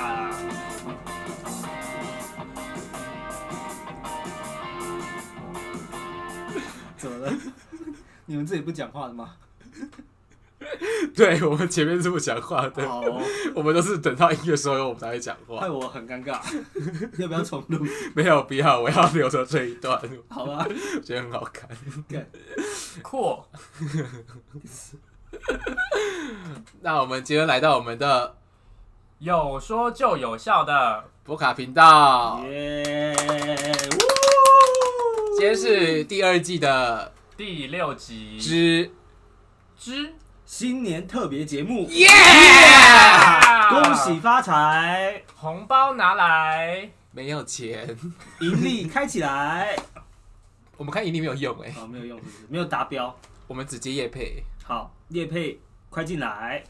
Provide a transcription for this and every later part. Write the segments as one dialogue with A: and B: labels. A: Yeah!
B: Yeah 怎么了？你们自己不讲话的吗？
C: 对我们前面是不讲话的，
B: 好哦，嗯
C: 我们都是等到音乐收了我们才会讲
B: 害
C: 话。
B: 我很尴尬，要不要重录？
C: 没有必要，我要留着这一段，
B: 好吧，
C: 我觉得很好看。
A: 酷，
C: 那我们今天来到我们的
A: 有说就有笑的，
C: 博卡频道，
B: 耶！
C: 今天是第二季的
A: 第六集
C: 之
A: 之
B: 新年特别节目，
C: 耶
B: 恭喜发财，
A: 啊红包拿来，
C: 没有钱，
B: 盈利开起来。
C: 我们看盈利没有用哎、
B: 哦，没有用，是不是没有达标。
C: 我们只接业配，
B: 好，叶佩，快进来。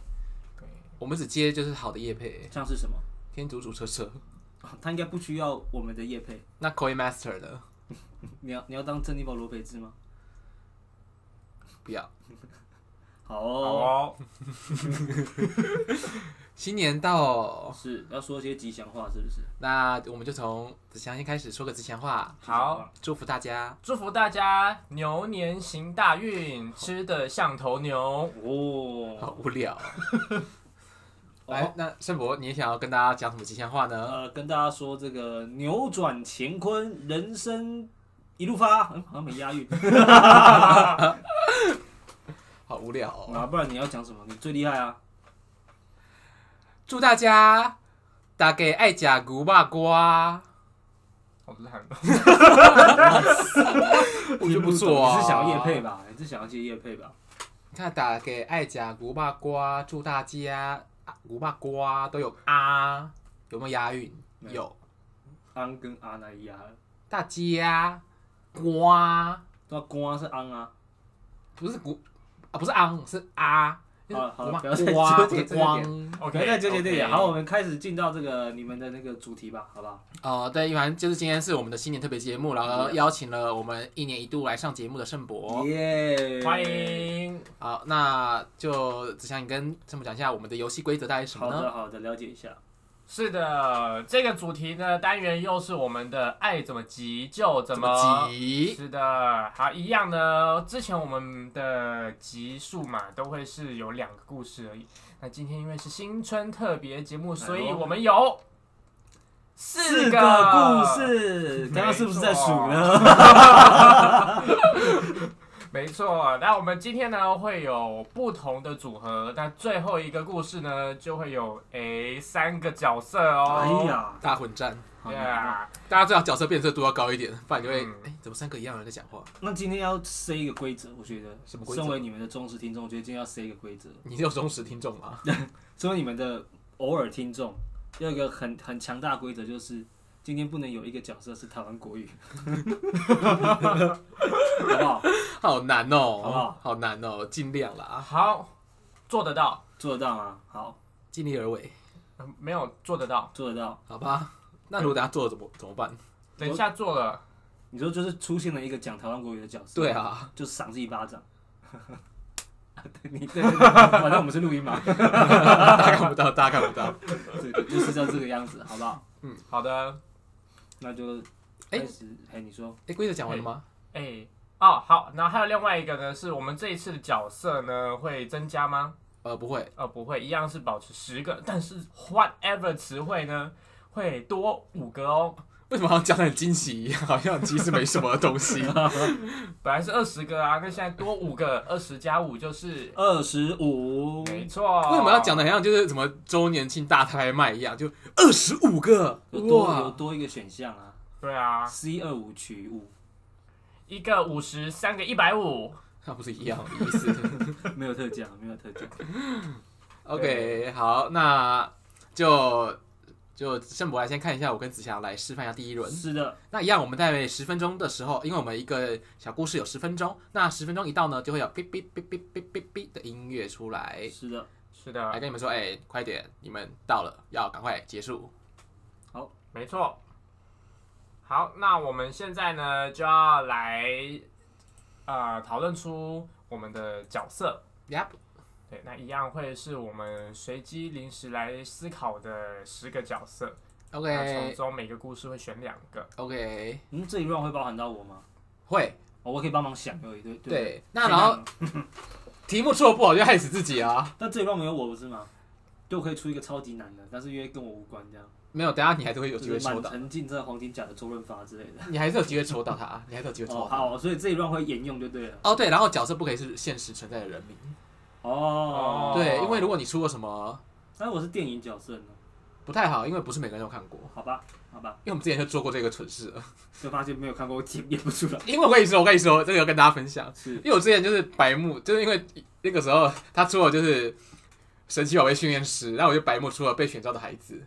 C: 我们只接就是好的业配，
B: 像是什么？
C: 天竺主车车。
B: 哦 他应该不需要我们的叶佩。
C: 那 Coin Master 呢？
B: 你要你要当珍妮宝罗培兹吗？
C: 不要，
B: 好
A: 好
B: 哦，
A: 哦，
C: 新年到，
B: 是要说些吉祥话，是不是？
C: 那我们就从子祥先开始说个吉祥话，
A: 好，
C: 祝福大家。
A: 祝福大家牛年行大运，吃的像 头牛。
B: 哦，
C: 好无聊。来
B: 来，，
C: 那盛博，你想要跟大家讲什么吉祥话呢？
B: 呃，跟大家说这个扭转乾坤，人生一路发，嗯，好像没押韵。
C: 好无聊、哦。
B: 啊，不然你要讲什么？你最厉害啊！
C: 祝大家大概爱甲牛肉啊 瓜，
A: 好烂，
C: 我觉得不错啊。
B: 你是想要叶配？吧？你是想要接叶配吧？
C: 你看，大概爱甲牛肉瓜，祝大家啊牛肉瓜都有啊，有没有押韵？
B: 没有
C: 有。
B: 安跟阿那一样，
C: 大家啊瓜
B: 那光是安啊。
C: 不是古啊，不是昂，是啊。
B: 好了好了
C: 牛肉啊
B: 不要再
C: 瓜
B: 纠结这个
C: 光
A: 我
B: 不要再纠结这点。好，我们开始进到这个你们的那个主题吧，好不好？
C: 哦，对，反正就是今天是我们的新年特别节目，然后邀请了我们一年一度来上节目的盛博。
B: 耶
A: 欢。迎。
C: 好，那就只想你跟盛博讲一下我们的游戏规则大概是什么
B: 好
C: 呢？
B: 的好的，了解一下。
A: 是的，这个主题呢，单元又是我们的爱怎么急就怎
C: 怎
A: 么
C: 么急？
A: 是的，好，一样呢。之前我们的集数嘛，都会是有两个故事而已。那今天因为是新春特别节目，所以我们有
B: 四
A: 四
B: 个故。事，刚刚是不是在数呢？
A: 没错，那我们今天呢会有不同的组合，那最后一个故事呢就会有诶三个角色哦。
B: 哎，呀，
C: 大混战，
B: 好
A: 对
B: 难哦。
A: 啊，
C: 大家最好角色辨识度要高一点，不然你会哎、
A: 嗯
C: 诶怎么三个一样的人在讲话？
B: 那今天要塞一个规则，我觉得
C: 什么规则
B: 身为你们的忠实听众，我觉得今天要塞一个规则。
C: 你是有忠实听众吗？
B: 身为你们的偶尔听众，有一个很很强大的规则，就是今天不能有一个角色是台湾国 语，好不好？
C: 好难哦、
B: 好不好
C: 难哦、尽量
B: 啊
C: 啦，
A: 好，做得到，
B: 做得到吗？好，
C: 尽力而为，
A: 嗯没有做得到，
B: 做得到。
C: 好吧？那如果大家做了怎么怎么办？
A: 等一下做了。
B: 你说就是出现了一个讲台湾国语的角色，
C: 对，啊，
B: 就赏自己一巴掌。 对你 对对对，反正我们是录音嘛，
C: 大家看不到，大家看不到。
B: 对，就是要这个样子，好不好？
A: 好的，
B: 那就
C: 哎
B: 开始，哎、你说
C: 哎、规则讲完
B: 嗯
C: 了吗？
A: 哎、哦，好，然后还有另外一个呢，是我们这一次的角色呢会增加吗？
C: 呃，不会，
A: 呃，不会，一样是保持十个，但是 whatever 词汇呢会多五个哦。
C: 为什么好像讲的很惊喜一样？好像其实没什么 东西。
A: 本来是二十个啊，那现在多五个，二十加五就是，
B: 二十五，
A: 没错。
C: 为什么要讲的像就是什么周年庆大拍卖一样？就二十五个
B: 有多有
C: 哇！
B: 多一个选项啊
A: 对啊，
B: ，C 二五取五，
A: 一个五十，三个一百五。
C: 那不是一样的意思。
B: 没有特价，没有特价。
C: OK，好，那就就盛博来先看一下，我跟子祥来示范一下第一轮。
B: 是的，
C: 那一样，我们在十分钟的时候，因为我们一个小故事有十分钟，那十分钟一到呢，就会有哔哔哔哔哔哔哔的音乐出来，
B: 是的，
A: 是
C: 来
A: 的，
C: 跟你们说，哎、快点，你们到了，要赶快结束。
A: 没错。好，那我们现在呢就要来，呃，讨论出我们的角色。
C: Yep，
A: 对，那一样会是我们随机临时来思考的十个角色，那从
C: OK
A: 中每个故事会选两个。
C: OK，
B: 嗯，这一 round 会包含到我吗？
C: 会
B: 哦，我可以帮忙想而已，对不对。
C: 对。那然后题目出的不好就害死自己啊！
B: 但这一 round 没有我不是吗？对，我可以出一个超级难的，但是因为跟我无关，这样
C: 没有，等一下你还是会有机
B: 就
C: 会
B: 是
C: 抽
B: 满
C: 到，
B: 城尽在黄金甲的周润发之类的。
C: 你还是有机会抽到它，你还是有机会抽
B: 哦，
C: 到它。
B: 好，所以这一 round 会沿用就对了。
C: 哦，对，然后角色不可以是现实存在的人名，
B: 哦，
C: 对，因为如果你出过什么
B: 但是我是电影角色呢，
C: 不太好，因为不是每个人都看过，
B: 好吧，好吧，
C: 因为我们之前就做过这个蠢事了。
B: 就发现没有看过，我演演不出来。
C: 因为我跟你说，我跟你说，这个要跟大家分享，
B: 是
C: 因为我之前就是白目，就是因为那个时候他出了就是神奇宝贝训练师，然后我就白目出了被选召的孩子，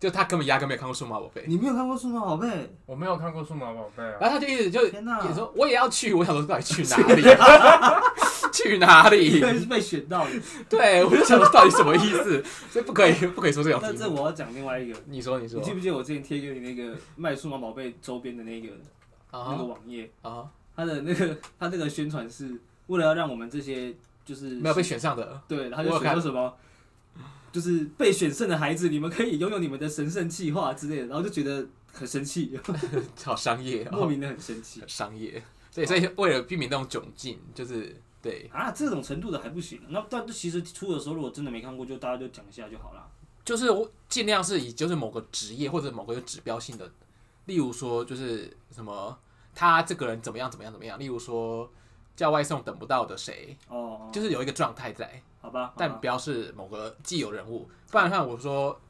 C: 就他根本压根没有看过数码宝贝，
B: 你没有看过《数码宝贝》？
A: 我没有看过《数码宝贝》啊，
C: 然后他就一直就
B: 天哪
C: 也说我也要去，我想说到底去哪里、 啊，去哪
B: 应
C: 里？
B: 该是被选到的。
C: 对，我就想说到底什么意思，所以不可以不可以说这种
B: 但
C: 题
B: 这
C: 目。
B: 我要讲另外一个，
C: 你说你说
B: 你记不记得我之前贴给你那个卖数码宝贝周边的那个那个
C: 啊
B: 网页？
C: 啊，
B: 它的那个它那个宣传是为了要让我们这些就是
C: 没有被选上的，
B: 对，他
C: 我
B: 就
C: 有
B: 选
C: 看
B: 说什么，就是被选胜的孩子，你们可以拥有你们的神圣气化之类的，然后就觉得很生
C: 哦
B: 气，
C: 好商业
B: 莫
C: 哦，
B: 名的很生气
C: 很商业。对，所以为了避免那种窘境，就是对，
B: 啊，这种程度的还不行。那但其实出的时候，如果真的没看过，就大家就讲一下就好了。
C: 就是我尽量是以就是某个职业或者某个有指标性的，例如说就是什么他这个人怎么样怎么样怎么样，例如说叫外送等不到的谁，
B: 哦，
C: 就是有一个状态在。
B: 好吧，好
C: 哎但
B: 吧
C: 不要是某个既有人物，不然的话，我说，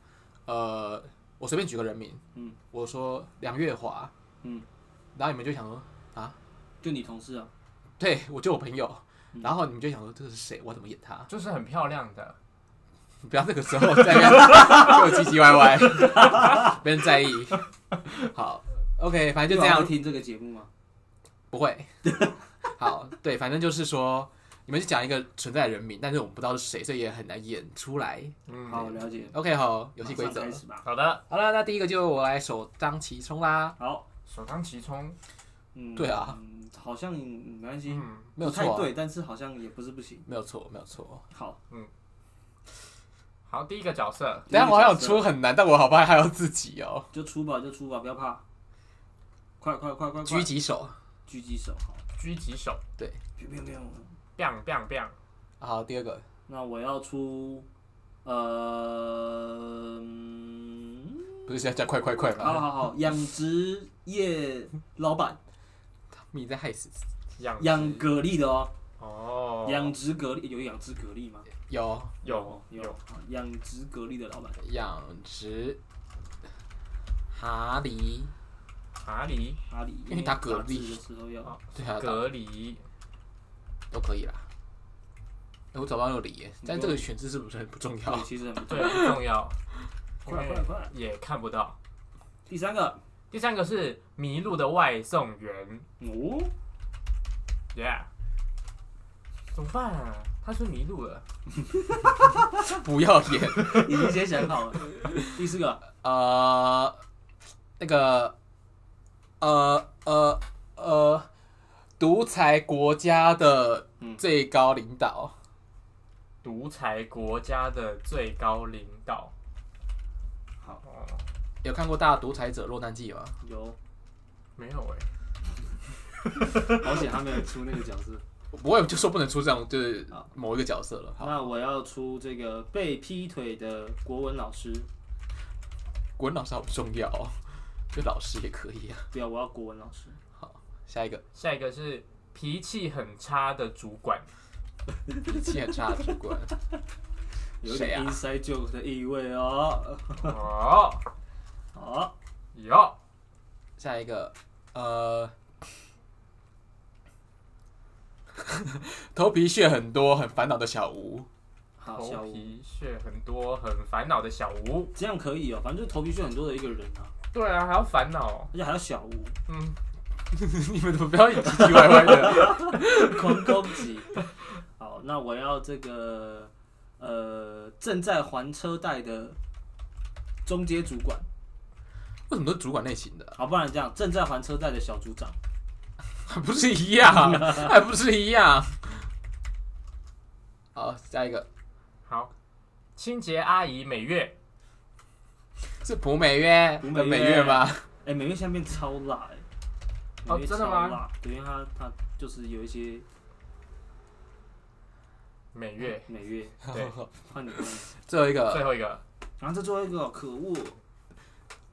C: 呃，我随便举个人名，
B: 嗯，
C: 我说梁月华，
B: 嗯，
C: 然后你们就想说，
B: 就你同事啊，
C: 对我就我朋友，然后你们就想说这是谁，我怎么演他？
A: 就是很漂亮的。
C: 你不要这个时候在那边 给我唧唧歪歪，没人在意。好，OK，反正就这
B: 你
C: 样
B: 有，听这个节目吗？
C: 不会。好，对，反正就是说，你们就讲一个存在的人名，但是我们不知道是谁，所以也很难演出来。
A: 嗯，
B: 好，了解。
C: OK，好，游戏规
B: 马上
C: 则
B: 开。始吧。
A: 好的，
C: 好了，那第一个就我来首当其冲啦，
B: 好，
A: 首当其冲。
B: 嗯，
C: 对啊
B: 嗯，好像嗯没关系，
A: 嗯，
C: 没有
B: 不太
C: 错啊、哦
B: 对，但是好像也不是不行。
C: 没有错，没有错。
B: 好，
A: 好，第一个角色，
C: 等一下我还
B: 要
C: 想出很难，但我好怕还要自己哦。
B: 就出吧，就出吧，不要怕。快快快快快！
C: 狙击手，
B: 狙击手，好，
A: 狙击手
B: 没有没有没有。
A: ，biang biang biang，
C: 好，第二个
B: 那我要出，呃，嗯
C: 不是现在讲快快快
B: 好
C: 吗？
B: 好好，养殖业老板，
C: 你在害死自己
A: 养
B: 养蛤蜊的哦，
A: 哦，
B: 养殖蛤蜊有养殖蛤蜊吗？哦
C: 有
A: 有
B: 有
A: 有，，
B: 好养殖蛤蜊的老板，
C: 养殖 蛤蜊，
A: 蛤蜊，
B: 哈里，
C: 因为打蛤蜊
B: 打字的时候要，
C: 对啊，
A: 蛤蜊，
C: 都可以啦。哎我找到那个梨耶，
B: 你
C: 但
B: 不
C: 这个选字是不是很不重要
B: 对，？其实很不
A: 对，
B: 对。
A: 不重要，
B: 快快快！
A: 也看不到。
B: 第三个，
A: 第三个是迷路的外送员
B: 哦，
A: ，Yeah，怎么办啊？他是迷路了，
C: 不要演，
B: 已经先想好了。 第四个，
C: 呃，那个，呃呃呃，独裁国家的
B: 嗯
C: 最高领导，
A: 独裁国家的最高领导。
B: 好，
A: 哦，
C: 有看过《大独裁者落难记》吗？
B: 有，
A: 没有哎、
B: 好险他没有出那个角色。
C: 不会，就说不能出这样，就是
B: 好
C: 某一个角色了。好，
B: 那我要出这个被劈腿的国文老师，
C: 国文老师好重要、哦，就老师也可以啊。
B: 不要，我要国文老师。
C: 下一个
A: 下一个是脾气很差的主管，
C: 脾气很差的主管，
B: 有
C: 谁
B: 点
C: 啊
B: inside joke 的意味哦。
A: 哦，
B: 好，
A: 有
C: 下一个呃， 头皮屑很多、很烦恼的小吴，
B: 好，小
A: 头
B: 吴，
A: 皮屑很多、很烦恼的小吴。
B: 这样可以哦，反正就是头皮屑很多的一个人啊，
A: 对啊，还要烦恼。
B: 而且还有小吴，
A: 嗯，
C: 你们怎么不要唧唧歪歪的？
B: 狂 攻击。好，那我要这个呃正在还车贷的中阶主管，
C: 为什么都是主管类型的？
B: 好，不然这样正在还车贷的小组长，
C: 还 不是一样，还不是一样。好，下一个
A: 好，清洁阿姨每月
C: 是朴美月
B: 朴美
C: 的
B: 月
C: 美月吗？
B: 哎、美月现在变超辣哎、
A: 哦
B: 美月
A: 真的
B: 超
A: 吗
B: 辣对，因为它它就是有一些
A: 每月
B: 美月，
A: 对，
B: 换你换你。
C: 最后一个，
A: 最后一个
B: 然后再做一个哦可恶，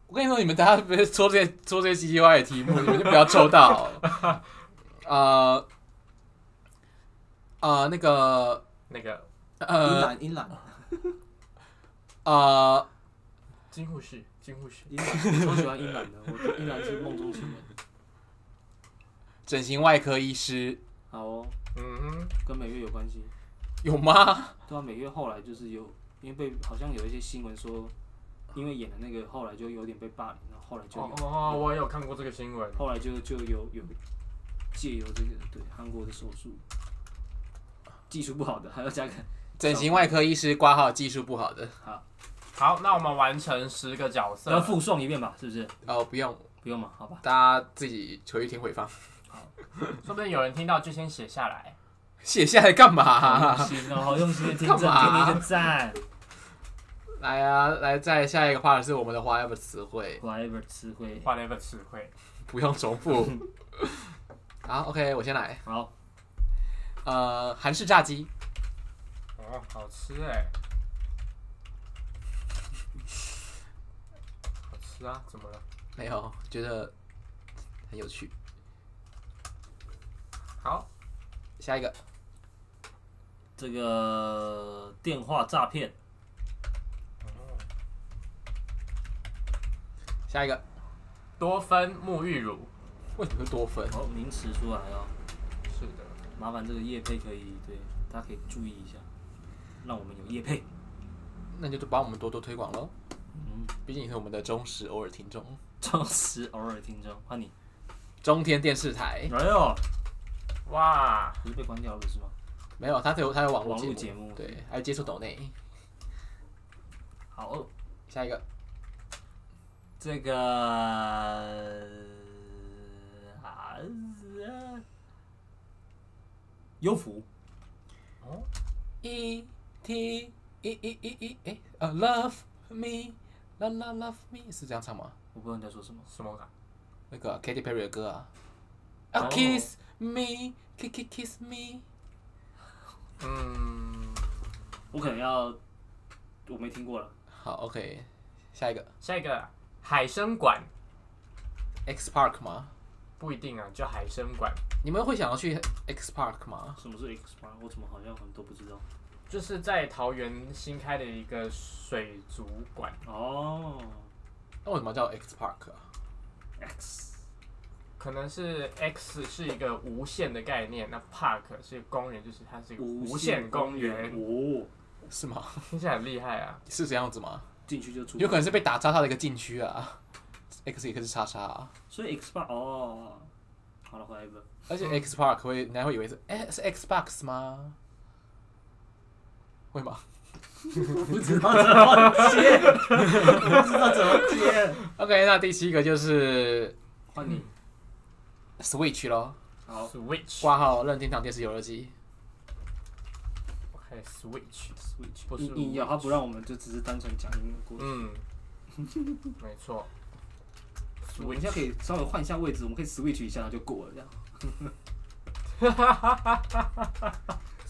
C: 我跟你说，你们大家别戳这些戳这些奇奇怪怪的题目，你们就不要抽到。 呃呃，那个
A: 那个
B: 英
C: 呃
B: 兰英兰
C: 呃，
A: 金护士，金护士
B: 英兰，我超喜欢英兰的，我对英兰是梦中情人。
C: 整形外科医师
B: 好哦，
A: 嗯
B: 跟美月有关系。
C: 有吗？
B: 对啊，美月后来就是有，因为被好像有一些新闻说，因为演的那个后来就有点被霸凌，然后后来
A: 哼，
B: 就有
A: 哦哦，我有看过这个新闻，
B: 后来就就有有借由这个对韩国的手术技术不好的，还要加个
C: 整形外科医师挂号技术不好的，
A: 好，那我们完成十个角色
B: 要，附送一遍吧，是不是？
C: 哦，不用，
B: 不用嘛，好 吧。
C: 大家自己回去听回放。
A: 说不定有人听到就先写下来。
C: 写下来干嘛、
B: 好用心哦，好用心的听众，给
C: 干嘛
B: 你 一个赞。
C: 来啊，来，再下一个话是我们的花 e 词汇，
B: Whatever 词汇，
A: whatever 词汇，
C: 不用重复。 好，OK，我先来。
B: 好，
C: 呃，韩式炸鸡，
A: 哦，好吃哎，好吃啊，怎么了？
C: 没有，觉得很有趣。
A: 好，
C: 下一个，
B: 这个电话诈骗，
C: 下一个，
A: 多芬沐浴乳，
C: 为什么会多分？
B: 哦，名词出来哦，
A: 是的，
B: 麻烦这个叶配可以对大家可以注意一下，让我们有叶配。
C: 那你就帮我们多多推广喽，
B: 嗯，
C: 毕竟你是我们的忠实偶尔听众。
B: 忠实偶尔听众，换你。
C: 中天电视台
B: 哎呦，
A: 哇，
B: 不是被关掉了是吗？
C: 没有，它有它有网络
B: 网
C: 节
B: 络
C: 目，
B: 节目
C: 对，还有接触抖内。
B: 好哦，
C: 下一个，
B: 这个啊，优芙
A: 哦，
C: E T E E E E，哎，呃，Love Me。La la love me 是这样唱吗？
B: 我不知道你在说什么。
A: 什么啊？
C: 那个 Katy Perry 的歌啊啊
B: 哦
C: kiss me kiss kiss kiss me，
A: 嗯，
B: 我可能要，我没听过了。
C: 好 OK，下一个
A: 下一个海参馆
C: X Park 吗？
A: 不一定啊，就海参馆，
C: 你们会想要去 X Park 吗？
B: 什么是 X 八？我怎么好像很都不知道。
A: 就是在桃园新开的一个水族馆，
B: 哦
C: 那为什么叫 X Park 啊？
B: ，X
A: 可能是 X 是一个无限的概念，那 Park 是公园，就是它是一个无限公园，
B: 哦，
C: 是吗？
A: 听起来很厉害啊。
C: 是这样子吗？
B: 进去就出。
C: 有可能是被打叉叉的一个禁区啊，X 也可以是叉叉啊，
B: 所以 X 八哦，好了，回来吧。
C: 而且 X Park 会人家会以为是哎、是 Xbox 吗？会吗？
B: 我不知道怎么接，我不知道怎么接。
C: OK，那第七个就是
B: 换你，
C: Switch 咯，
B: 好
A: Switch，
C: 挂号任天堂电视游乐机。
A: OK Switch，
B: Switch，
A: 不是
B: 硬硬要他不让我们就只是单纯讲英文过去。
A: 嗯，没错
B: 我们现在可
A: ，Switch，
B: 以稍微换一下位置，我们可以 switch 一下，然后就过了这样。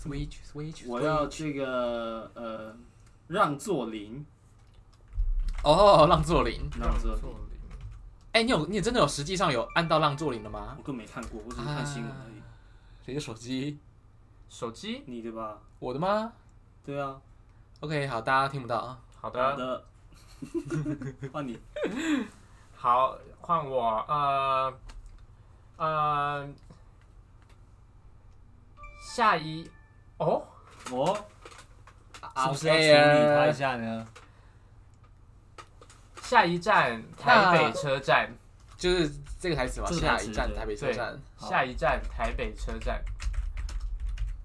C: Switch Switch，
B: 我要这个呃，让座零，
C: 哦，浪座林。
B: 让座零，
A: 座铃
C: 哎、你有你真的有实际上有按到浪座林了吗？
B: 我更没看过，我只是看新闻而已。
C: 谁的手机？
A: 手机，
B: 你的吧？
C: 我的吗
B: 对啊，
C: ？OK，好，大家听不到啊。
B: 好
A: 好的，
B: 的，换你。
A: 好，换我，呃，呃，下一，哦，
B: 我是不是啊要
C: OK
B: 处理
C: 哎
B: 他一下呢？
A: 下一站台北车站，
C: 就是这个台词嘛，
B: 这个台
C: 下
B: 词
C: 一站
B: 对
C: 台北车站。
B: 好
A: 下一站台北车站，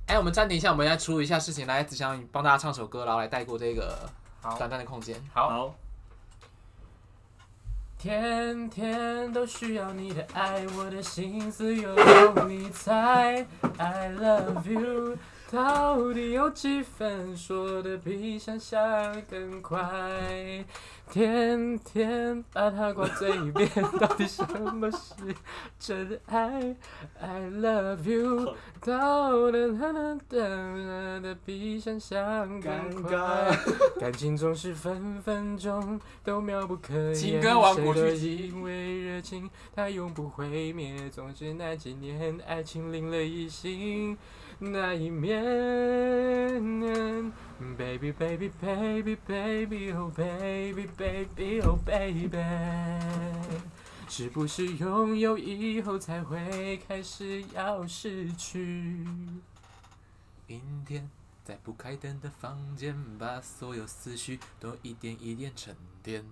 C: 哎、我们暂停一下，我们来处理一下事情。来，子祥，你帮大家唱首歌，然后来带过这个
A: 好
C: 短暂的空间。
A: 好。
B: 好，
A: 天天都需要你的爱，我的心思有你猜。I love you，到底有几分说的比想象更快？天天把它挂嘴边，到底什么是真爱？I love you，到底能能等的比想象更
B: 尴
A: 快
B: 尬？
A: 感情总是分分钟都妙不可言，
C: 情歌王国
A: 谁
C: 巨
A: 都
C: 基
A: 因为热情，它永不毁灭。总之那几年，爱情淋了一心那一面。Baby 嗯 baby baby baby oh baby baby oh baby，是不是拥有以后才会开始要失去？
C: 明天在不开灯的房间，把所有思绪都一点一点沉淀。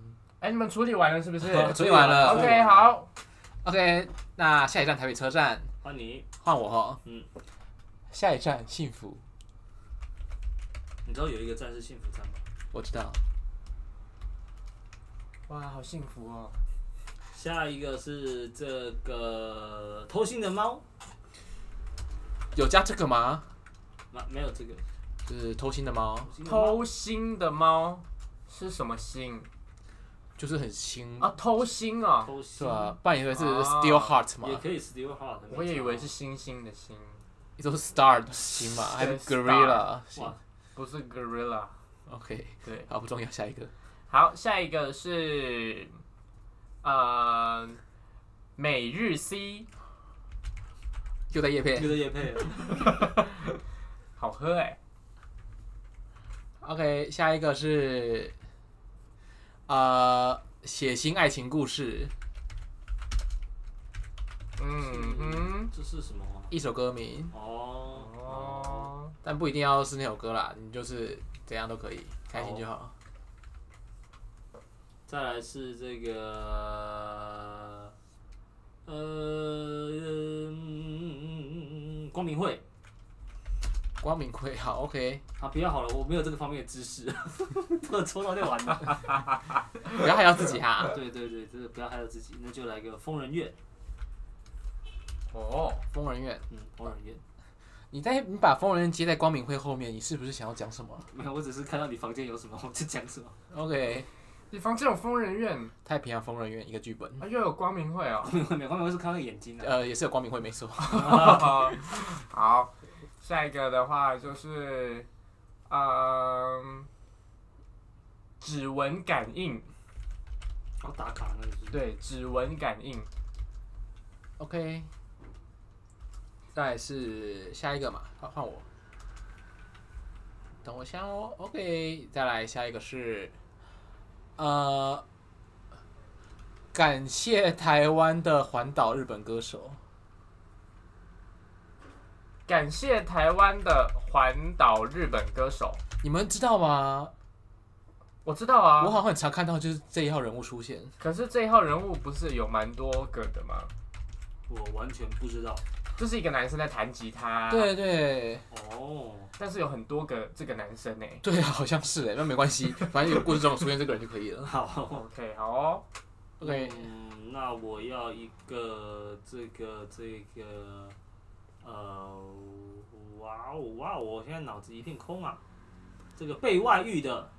A: 哎，你们处理完了是 不是
C: 处理完了
A: ？OK，好，
C: OK，那下一站台北车站，
B: 换你，
C: 换我哦哈。
B: 嗯，
C: 下一站幸福，
B: 你知道有一个站是幸福站吗？
C: 我知道。
A: 哇，好幸福哦。
B: 下一个是这个偷心的猫，
C: 有加这个吗？
B: 没没有这个
C: 就是偷心的猫，
B: 偷心的猫
A: 偷心的猫是什么心
C: 就是很新，
A: 啊？偷心啊！
B: 偷
C: 是
B: 心，
C: 吧？不然你以为是
A: 啊
C: Still Heart
B: 也
C: 嘛，
B: 可以 Steel Hart，没
A: 我也以为是
B: 错
A: 星星的星，
C: 也都是 Star 的新嘛，还有 Gorilla 新。
B: 哇，
A: 不是 gorilla。
C: OK，
A: 对，
C: 好，不重要，下一个。
A: 好，下一个是呃每日 C，
C: 又在夜
B: 这
C: 配。
B: 个也配了，
A: 好喝哎、
C: OK，下一个是呃血腥爱情故事，
A: 嗯哼，
B: 这是什么啊？
C: 一首歌名，
B: 哦哦，
A: 哦，
C: 但不一定要是那首歌啦，你就是怎样都可以，开心就好。
B: 再来是这个呃嗯光明会
C: 光明会好，OK，
B: 啊，不要好了，我没有这个方面的知 识， 我抽到在玩的。
C: 不要害到自己哈。
B: 对对对，这个不要害到自己，那就来个疯人院，
A: 哦，
C: 疯人院，
B: 嗯，疯人院。
C: 你在你把疯人院接在光明会后面，你是不是想要讲什么
B: 没有，我只是看到你房间有什么，我就讲什么。
C: ？OK，
A: 你房间有疯人院，
C: 太平洋疯人院一个剧本，
A: 啊又有光明会哦。
B: 没有，没有，我是看到眼睛啊的、
C: 呃，也是有光明会没错。
A: 哦 好，下一个的话就是嗯指纹感应，
B: 然后打卡那个是。
A: 对，指纹感应。
C: OK，再来是下一个嘛，换换我，等我一下哦。OK，再来下一个是，呃，感谢台湾的环岛日本歌手，
A: 感谢台湾的环岛日本歌手，
C: 你们知道吗？
A: 我知道
C: 我
A: 啊，
C: 好像很常看到就是这一号人物出现，
A: 可是这一号人物不是有蛮多个的吗？
B: 我完全不知道。
A: 就是一个男生在弹吉他，，
C: 对对
B: 哦，
A: 但是有很多个这个男生呢、
C: 对啊，好像是哎，那没关系，反正有故事中有出现这个人就可以
B: 嗯
C: 了。
B: 好。
A: OK，好哦，
C: OK，
B: 嗯，那我要一个这个这个，呃，哇哦哇哦，我现在脑子一片空啊。这个被外遇的，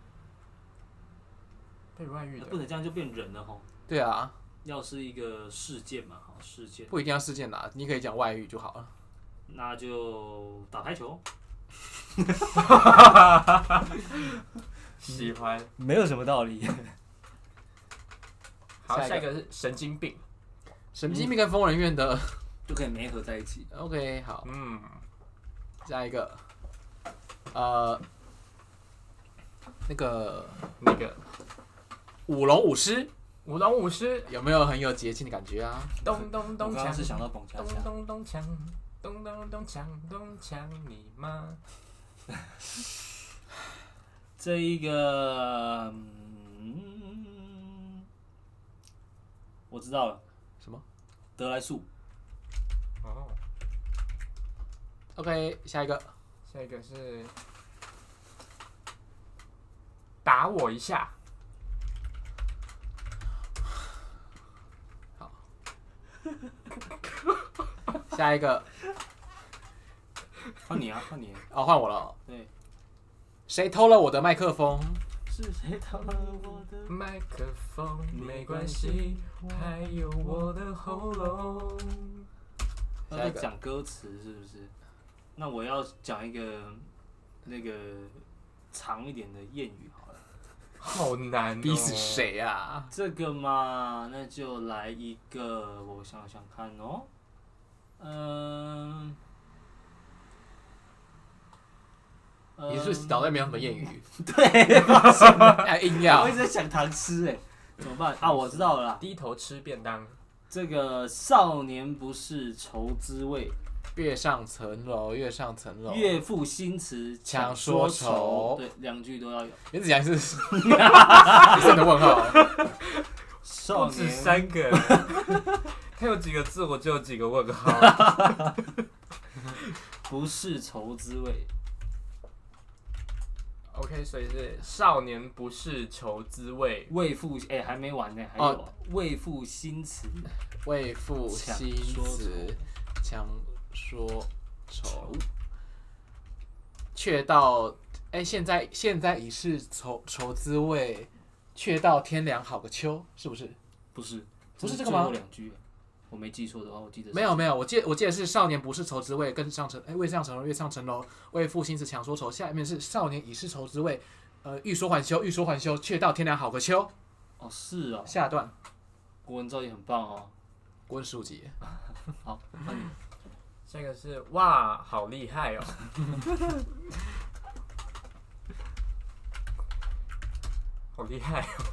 A: 被外遇
B: 那
A: 的
B: 不能这样就变人了吼，
C: 对啊，
B: 要是一个事件嘛，好事件，
C: 不一定要事件啦，你可以讲外遇就好了。
B: 那就打排球。
A: 喜欢。
B: 没有什么道理。
A: 好，
C: 下
A: 下
C: 一
A: 一个是神经病，
C: 神经病跟疯人院的
B: 就可以没合在一起。
C: OK 好。
A: 嗯，
C: 下一个，呃，那个
A: 那个
C: 舞龙舞狮
A: 舞龙舞狮，
C: 有没有很有节庆的感觉啊？
A: 咚咚咚锵，
B: 到蹦恰
A: 咚咚咚锵，咚咚咚锵，咚锵你妈！
B: 这一个，嗯，我知道了，
C: 什么
B: 德来素，
A: 哦，
C: ？OK，下一个
A: 下一个是打我一下。
C: 下一个，
B: 换你啊，换你。
C: 哦，换我了。
B: 对，
C: 谁偷了我的麦克风？
B: 是谁偷了我的？
A: 麦克风没关系，还有我的喉咙。
B: 他在讲歌词是不是？那我要讲一个那个长一点的谚语好了。
A: 好难、哦，
C: 逼死？谁啊？
B: 这个嘛，那就来一个，我想想看哦。嗯、呃
C: 你是不是脑袋没有什么谚语，
B: 对，发现了
C: 还哎硬
B: 我
C: 要
B: 一直在想唐诗哎，怎么办啊？我知道了啦，
A: 低头吃便当，
B: 这个少年不识愁滋味，
C: 越上层楼，越上层楼。
B: 岳父新词
C: 哦强
B: 说
C: 说愁
B: 对，两句都要有。
C: 原子讲是，真的问号。
A: 不
B: 少
A: 止
B: 年
A: 三个，它有几个字我就有几个问号。
B: 不是愁滋味，
A: OK，所以是少年不识愁滋味，
B: 未赋哎、还没完呢，还有、
C: 哦
B: 未赋新词
C: 为赋
B: 强
C: 新
B: 说
C: 词
B: 愁，
C: 强说愁。却道，哎、现在现在已是愁愁滋味，却道天凉好个秋，是不是？
B: 不是
C: 不是这个
B: 最
C: 吗
B: 后两句，我没记错的话，我记得是
C: 没有没有，我记得我记得是少年不是愁滋味，更上层哎，未上层楼，越上层楼，为赋新词强说愁。下面是少年已是愁滋味，呃，欲说还休，欲说还休，却道天凉好个秋。
B: 哦是哦，
C: 下段
B: 国文造诣很棒哦。
C: 国文十五级，
B: 好，那你
A: 下一个是哇，好厉害哦。好厉害哦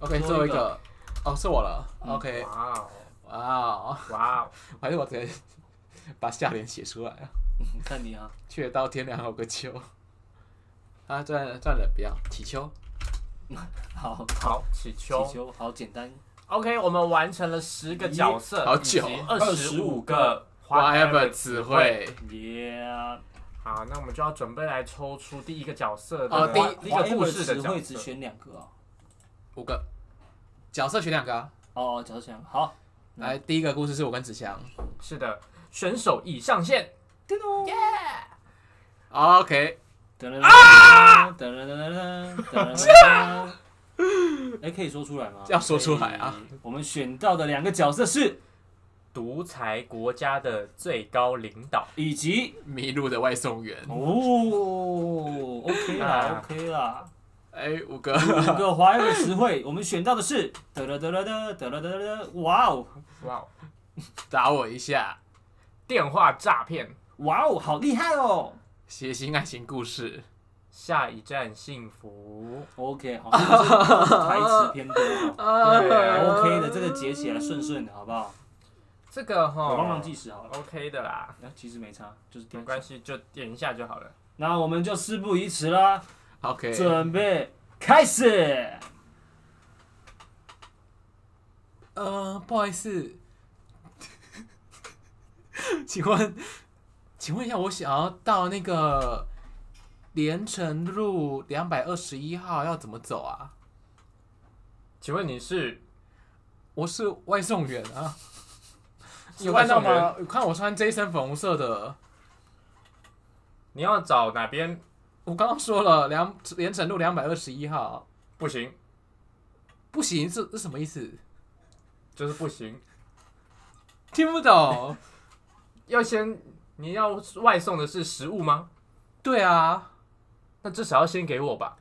C: OK，
B: 多
C: 最后
B: 一
C: 一个，哦，是我了。
B: 嗯
C: OK，
A: 哇哦，
C: 哇哦，
A: 哇哦，
C: 还是我直接 把下联写出来啊。
B: 你看你啊，
C: 却道天凉好个秋，啊，算了算了，不要起秋。
B: 好，
A: 好，起秋
B: 祈。求好简单，
A: OK，我们完成了十个角色，
C: 好久
A: 二十五个
C: Whatever 词。汇，
B: 耶、
A: 好，那我们就要准备来抽出第一个角色的
C: 哦第一
A: 第一个故事的
B: 词
A: 角
B: 汇只
A: 色。
B: 选两个哦。
C: 五个角色选两个啊。
B: 哦，角色选两个好，
C: 来，第一个故事是我跟子祥。
A: 是的，选手已上线。
B: 叮咚，
C: OK，
B: 噔噔噔噔噔噔噔噔噔， 哎，可以说出来吗？
C: 要说出来啊
B: 可以！我们选到的两个角色是，
A: 独裁国家的最高领导。
B: 以及
C: 迷路的外送员。
B: 哦，OK 啦
A: 啊
B: ，OK 啦，
C: 哎、五个，
B: 五个华语词汇，我们选到的是，得了得了得了得了，哇哦，
A: 哇哦，
C: 打我一下。
A: 电话诈骗，
B: 哇哦，好厉害哦
C: 谐星爱情故事，
A: 下一站幸福。
B: ！OK，好，这个是台词偏多 哦
A: 对啊
B: ，OK 的，这个截起来顺顺的，好不好？
A: 这个哈，
B: 我帮忙计时好了，
A: OK 的啦，
D: 哎
B: 啊其实没差，就是点
A: 没关。系，就点一下就好了。
B: 那我们就事不宜迟啦。
C: OK，
B: 准备开始。
C: 呃，不好意思， 请问，请问一下，我想要到那个连城路两百二十一号要怎么走啊？
A: 请问你是
C: 我是外送员啊，
A: 是
C: 有
A: 外
C: 看到
A: 送员
C: 吗？有看我穿这一身粉红色的，
A: 你要找哪边？
C: 我刚刚说了，两连城路两百二十一号，
A: 不行，
C: 不行，这这什么意思？
A: 就是不行，
C: 听不懂。
A: 要先你要外送的是食物吗？
C: 对啊，
A: 那至少要先给我吧。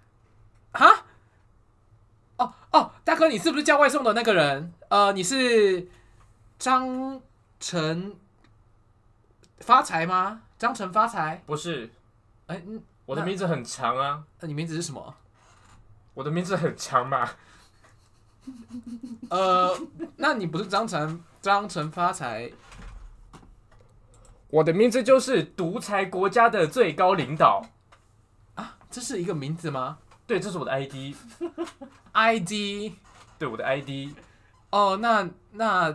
C: 啊？哦哦，大哥，你是不是叫外送的那个人？呃，你是张成发财吗？张成发财？
A: 不是，
C: 哎、嗯
A: 我的
C: 那
A: 名字很长啊，
C: 呃你名字是什么？
A: 我的名字很长嘛。
C: 呃，那你不是张成张成发财？
A: 我的名字就是独裁国家的最高领导。
C: 这是一个名字吗
A: 对，这是我的 ID，
C: ？ID？
A: 对我的 ID。
C: 哦，那那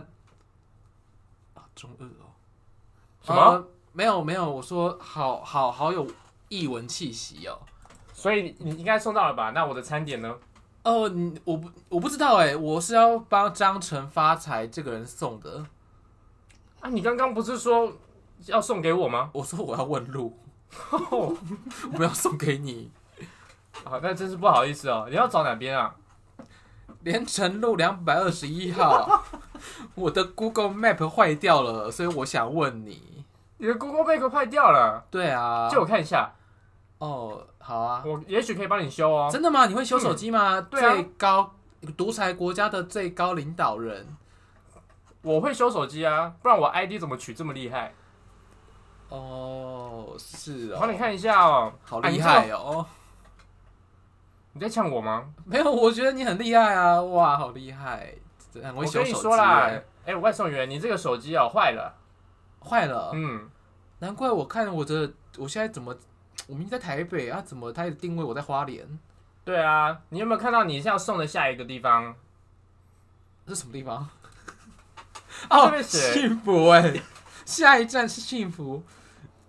C: 啊，中二哦，
A: 什么
C: 呃没有没有，我说好好好有异文气息哦。
A: 所以你你应该送到了吧？那我的餐点呢？
C: 哦，你我不我不知道哎，我是要帮张成发财这个人送的。
A: 啊，你刚刚不是说要送给我吗？
C: 我说我要问 路，
A: 哦，
C: 我要送给你
A: 啊，那真是不好意思哦。你要找哪边啊？
C: 连城路两百二十一号。我的 Google Map 坏掉了，所以我想问你。
A: 你的 Google Map 坏掉了，
C: 对啊，
A: 借我看一下，
C: 哦，好啊。
A: 我也许可以帮你修哦。
C: 真的吗？你会修手机吗？
A: 对啊
C: 最高独裁国家的最高领导人，
A: 我会修手机啊，不然我 ID 怎么取这么厉害？
C: 哦，是
A: 我
C: 哦，
A: 帮你，看一下哦。
C: 好
A: 啊你
C: 厉
A: 这
C: 害
A: 个
C: 哦。
A: 你在呛我吗？
C: 没有，我觉得你很厉害啊，哇，好厉害，真的很会
A: 我
C: 修
A: 跟你
C: 手机
A: 说啦
C: 耶。，
A: 哎，外送员，你这个手机哦坏了。
C: 坏了，
A: 嗯，
C: 难怪我看我的，我现在怎么，我明明在台北啊，怎么他也定位我在花莲？
A: 对啊，你有没有看到你要送的下一个地方？
C: 这是什么地 方？哦
A: 这边写
C: 幸福哎、下一站是幸福，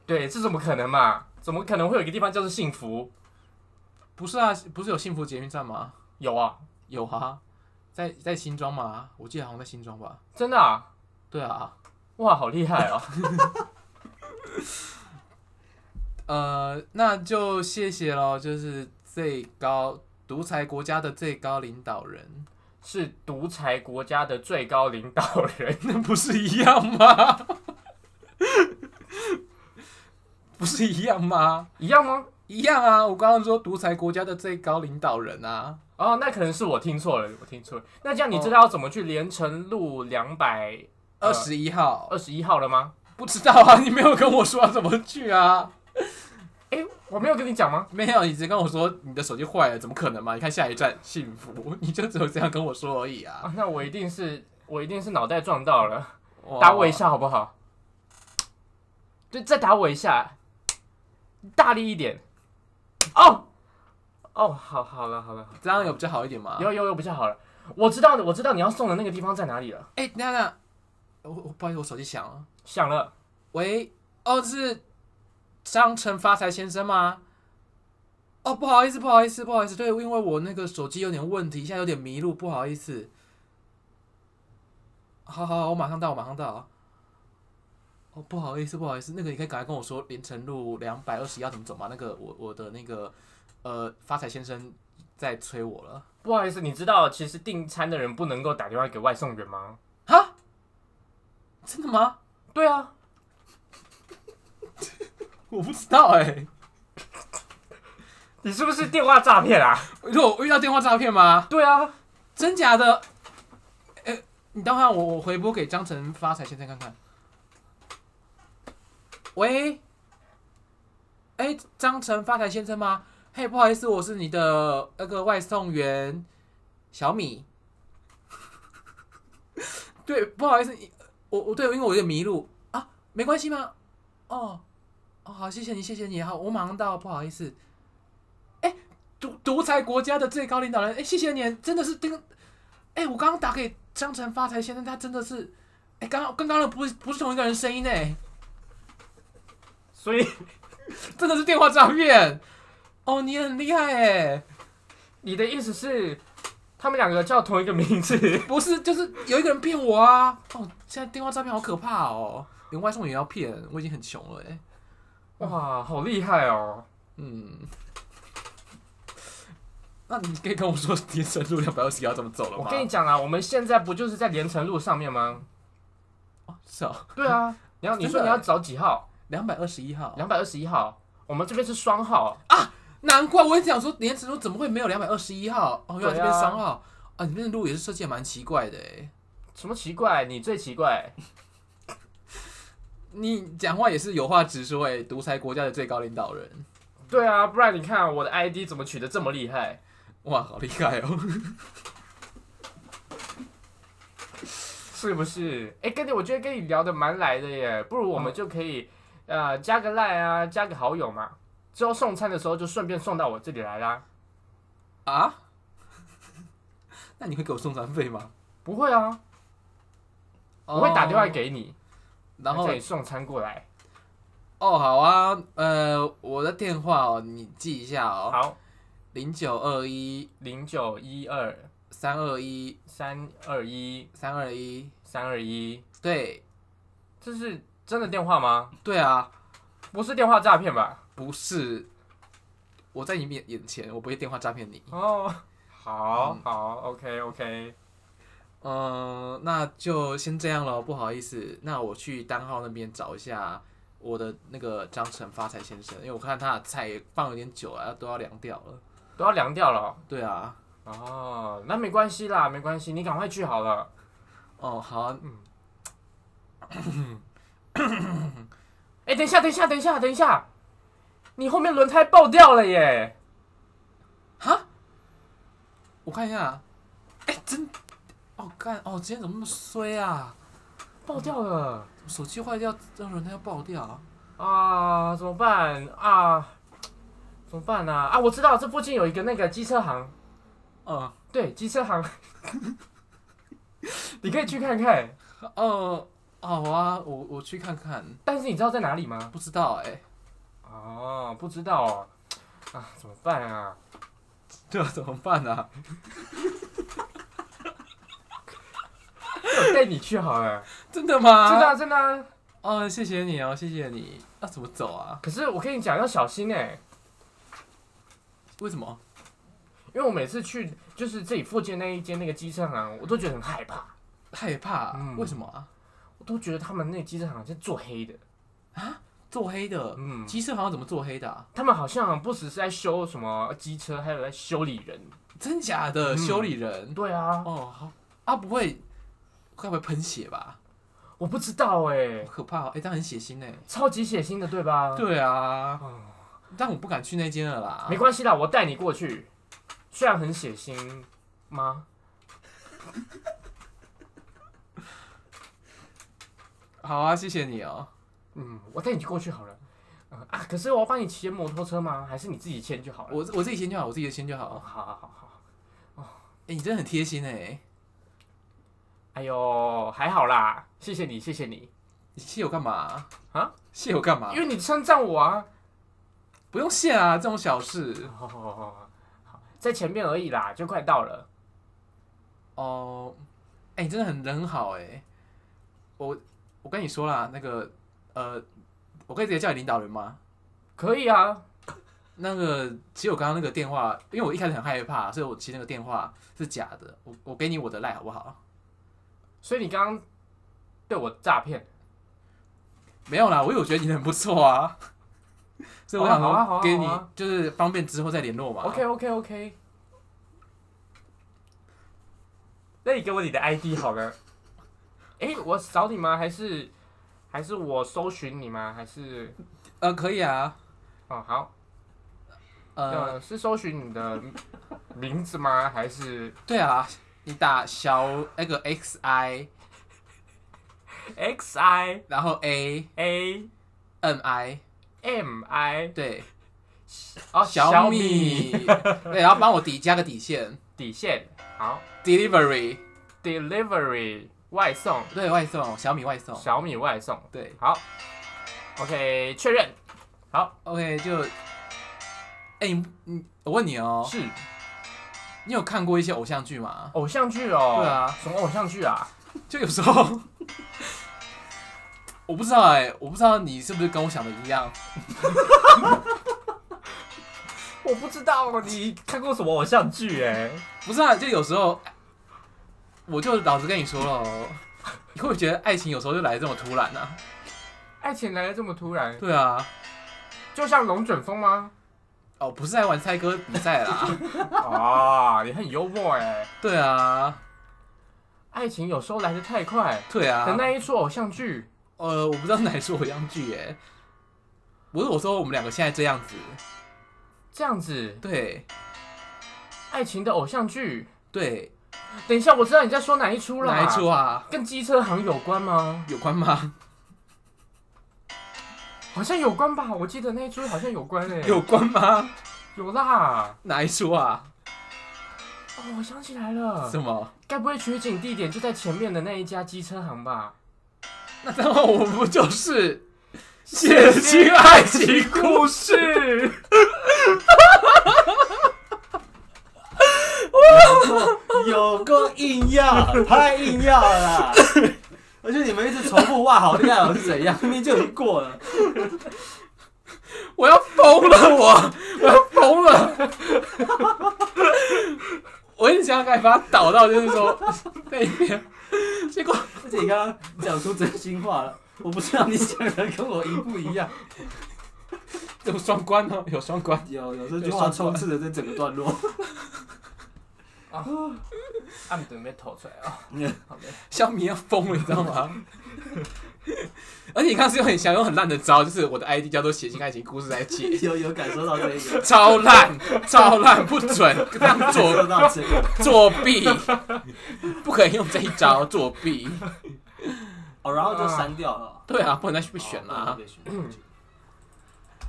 A: 对，这怎么可能嘛？怎么可能会有一个地方叫做幸福？
C: 不是啊，不是有幸福捷运站吗？
A: 有啊，
C: 有啊，在在新庄吗？我记得好像在新庄吧。
A: 真的啊，
C: 对啊，
A: 哇，好厉害哦！
C: 呃，那就谢谢喽，就是最高独裁国家的最高领导人，
A: 是独裁国家的最高领导人。
C: 那不是一样吗？ 不是一样吗？
A: 一样吗？
C: 一样啊！我刚刚说独裁国家的最高领导人啊，
A: 哦，那可能是我听错了，我听错了。那这样你知
C: 哦
A: 道要怎么去连城路两百
C: 二十一号、
A: 二十一号了吗？
C: 不知道啊， 你没有跟我说要怎么去啊？
A: 诶，我没有跟你讲吗？
C: 没有，你只跟我说你的手机坏了，怎么可能嘛？你看下一站幸福， 你就只有这样跟我说而已啊！
A: 啊，那我一定是我一定是脑袋撞到了，
C: 哇
A: 打我一，下好不好？就再打我一下，大力一点。哦哦，好好了好了，
C: 这样有比较好一点吗？
A: 有有有比较好了。我知道的，我知道你要送的那个地方在哪里了。
C: 哎、等一下等一下，我我不好意思，我手机响了。
A: 想了，
C: 喂，哦，是张成发财先生吗？哦，不好意思，不好意思，不好意思，对，因为我那个手机有点问题，现在有点迷路，不好意思。好好，好我马上到，我马上到。哦，不好意思，不好意思，那个你可以赶快跟我说连城路两百二十要怎么走吗？那个我我的那个呃发财先生在催我了。
A: 不好意思，你知道其实订餐的人不能够打电话给外送员吗？
C: 哈？真的吗？
A: 对啊，
C: 我不知道哎、
A: 你是不是电话诈骗啊？
C: 如果我遇到电话诈骗吗？
A: 对啊，
C: 真假的？呃，你等会儿我我回拨给张成发财先生看看。喂，哎、张成发财先生吗？嘿，不好意思，我是你的那个外送员小米。 对，不好意思，你我我对，因为我有点迷路啊，没关系吗？哦哦，好，谢谢你，谢谢你，好，我马上到，不好意思。独独裁国家的最高领导人，哎、谢谢你，真的是跟，哎、我刚刚打给张成发财先生，他真的是，哎、刚刚刚刚的不是不是同一个人声音哎呢，
A: 所以
C: 真的是电话诈骗，哦，你很厉害哎，
A: 你的意思是，他们两个叫同一个名字？
C: 不是，就是有一个人骗我啊，哦，现在电话诈骗好可怕哦，连外送员要骗，我已经很穷了哎，
A: 哇，好厉害哦！
C: 嗯，那你可以跟我说连城路两百二十要怎么走了
A: 我
C: 吗？
A: 跟你讲啊，我们现在不就是在连城路上 面吗？
C: 哦，是哦，
A: 对 啊，你要你说你要找几号？
C: 两百二十一号，
A: 两百二十一号。我们这边是双号，
C: 难怪我也想说，连城路怎么会没有两百二十一号？哦，原来这
A: 对啊
C: 边商号啊，你们的路也是设计得蛮奇怪的哎。
A: 什么奇怪？你最奇怪。
C: 你讲话也是有话直说哎，独裁国家的最高领导人，
A: 对啊，不然你看我的 ID 怎么取得这么厉害？
C: 哇，好厉害哦！
A: 是不是？哎、跟你我觉得跟你聊得蛮来的耶，不如我
C: 嗯
A: 们就可以，呃，加个 line 啊，加个好友嘛，之后送餐的时候就顺便送到我这里来啦。
C: 啊，那你会给我送餐费吗？
A: 不会啊， 我会打电话
C: 哦，
A: 给你，
C: 然后
A: 再送餐过来。
C: 哦，好啊，呃，我的电话哦，你记一下哦，
A: 好，
C: 零九二一
A: 零九一二
C: 三二一
A: 三二一
C: 三二一，
A: 三二一，
C: 对，
A: 这是真的电话吗？
C: 对啊，
A: 不是电话诈骗吧？
C: 不是我在你面眼前，我不会电话诈骗你。
A: 哦，好
C: 嗯
A: 好，OK OK，
C: 嗯、那就先这样了，不好意思。那我去单号那边找一下我的那个张成发财先生，因为我看他的菜也放有点久了，都要凉掉了。
A: 都要凉掉了。
C: 对啊，
A: 哦，那没关系啦，没关系，你赶快去好了。嗯
C: 哦，好啊，
A: 哎、等一下，等一下，等一下，等一下，你后面轮胎爆掉了耶！
C: 我看一下。哎、真，哦，干，哦，今天怎么那么衰啊？
A: 爆掉了
C: 手机坏掉，让轮胎要爆掉啊。
A: 啊，怎么办啊？怎么办呢、啊？啊，我知道这附近有一个那个机车行，
C: 嗯，
A: 对，机车行，你可以去看看。
C: 哦，好啊，我我去看看，
A: 但是你知道在哪里吗？
C: 不知道哎、
A: 哦，不知道哦。啊，怎么办啊？
C: 这怎么办啊？
A: 那哎我带你去好了。
C: 真的吗？
A: 真的 啊、真的啊、
C: 哦，谢谢你哦，谢谢你。那、怎么走啊？
A: 可是我跟你讲，要小心哎、
C: 为什么？
A: 因为我每次去就是这里附近那一间那个机车行，我都觉得很害怕，
C: 害怕？
A: 嗯
C: 为什么啊？
A: 我都觉得他们那机车行是做黑的。
C: 做黑的，
A: 嗯，
C: 机车好像怎么做黑的、啊？
A: 他们好像不只是在修什么机车，还有在修理人。
C: 真假的？
A: 嗯
C: 修理人？
A: 对啊，
C: 哦，好啊，不会，会不会喷血吧？
A: 我不知道哎、
C: 好可怕、哦！哎、这样很血腥哎。
A: 超级血腥的，对吧？
C: 对啊，
A: 哦
C: 但我不敢去那间了啦。
A: 没关系啦，我带你过去。虽然很血腥吗？
C: 好啊，谢谢你哦。
A: 嗯，我带你过去好了。嗯啊，可是我要帮你骑摩托车吗？还是你自己牵就好了？
C: 我我自己先就好，我自己先就
A: 哦，
C: 好。
A: 好好好好。
C: 哎、你真的很贴心哎、
A: 哎呦，还好啦，谢谢你，谢谢你，
C: 你谢我干嘛
A: 啊？
C: 谢我干嘛
A: 因？为你称赞我啊。
C: 不用谢啊，这种小事。
A: 哦，好，在前面而已啦，就快到了。
C: 哦，哎、你真的很人很好哎、我我跟你说啦，那个呃，我可以直接叫你领导人吗？
A: 可以啊，
C: 那个其实我刚刚那个电话，因为我一开始很害怕，所以我其实那个电话是假的。我我给你我的赖好不好？
A: 所以你刚刚对我诈骗，
C: 没有啦，我有觉得你很不错啊， 所以我想
A: 好啊好啊好
C: 说
A: 啊
C: 给你
A: 好啊
C: 就是方便之后再联络嘛。
A: OK OK OK，那你给我你的 ID 好了。哎、我找你吗？还是还是我搜寻你吗？还是
C: 呃，可以啊，
A: 哦好，
C: 呃，
A: 呃，是搜寻你的名字吗？还是
C: 对啊，你打小那个 X I，
A: X I
C: 然后 A
A: A
C: M I，
A: M I
C: 对，
A: 哦
C: 小
A: 米
C: 米， 对，然后帮我底加个底线
A: 底线好
C: delivery，
A: delivery 外送
C: 对外送小米外送，
A: 小米外送
C: 对
A: 好，OK 确认
C: ，OK 就，哎、你你我问你哦，
A: 是
C: 你有看过一些偶像剧吗？
A: 偶像剧哦，
C: 对啊，
A: 什么偶像剧啊？
C: 就有时候，我不知道哎、我不知道你是不是跟我想的一样，
A: 我不知道你看过什么偶 像剧哎、
C: 不是啊，就有时候，我就老实跟你说了哦， 你会不会觉得爱情有时候就来得这么突然啊？
A: 爱情来的这么突然，
C: 对啊，
A: 就像龙卷风吗？
C: 哦，不是在玩猜歌比赛啦，
A: 啊，你很幽默哎、
C: 对啊，
A: 爱情有时候来的太快，
C: 对啊，
A: 可那一出偶像剧，
C: 呃，我不知道哪一出偶像剧哎，不是我说我们两个现在这样子，
A: 这样子，
C: 对
A: 爱情的偶像剧。
C: 对，
A: 等一下，我知道你在说哪一出啦？
C: 哪一出？啊？
A: 跟机车行有关吗？
C: 有关吗？
A: 好像有关吧，我记得那一出好像有关哎、
C: 有关吗？
A: 有啦。
C: 哪一出啊？
A: 哦，我想起来了
C: 什，么？
A: 该不会取景地点就在前面的那一家机车行吧？
C: 那然后我们不就是血腥爱情故事？
A: 事。
B: 有够硬要，太硬要了啦。而
D: 而且你们一直重复哇，好厉害哦，是怎样？ 明明就已经过了。
C: 我要疯了， 我我要疯了。我一直想要赶紧把他倒到，就是说那一边，结果
D: 而且你刚刚讲出真心话了，我不知道你讲的跟我一不一样。
C: 有双关哦，有双关。
D: 有有这句话充斥着这整个段 落。
A: 按准备吐出来啊！好嘞，
C: 香米要疯了，你知道吗？而且你刚刚是用很想用很烂的招，就是我的 ID 叫做“写信爱情故事”来解，
D: 有有感受到这一个，
C: 超烂，超烂，不准这样
D: 感受
C: 作
D: 到这个。
C: 作弊，不可以用这一招作弊。
D: 哦，然后就删掉了。
C: 对啊，不能再被选了、
B: 哦
C: 啊。
B: 被选了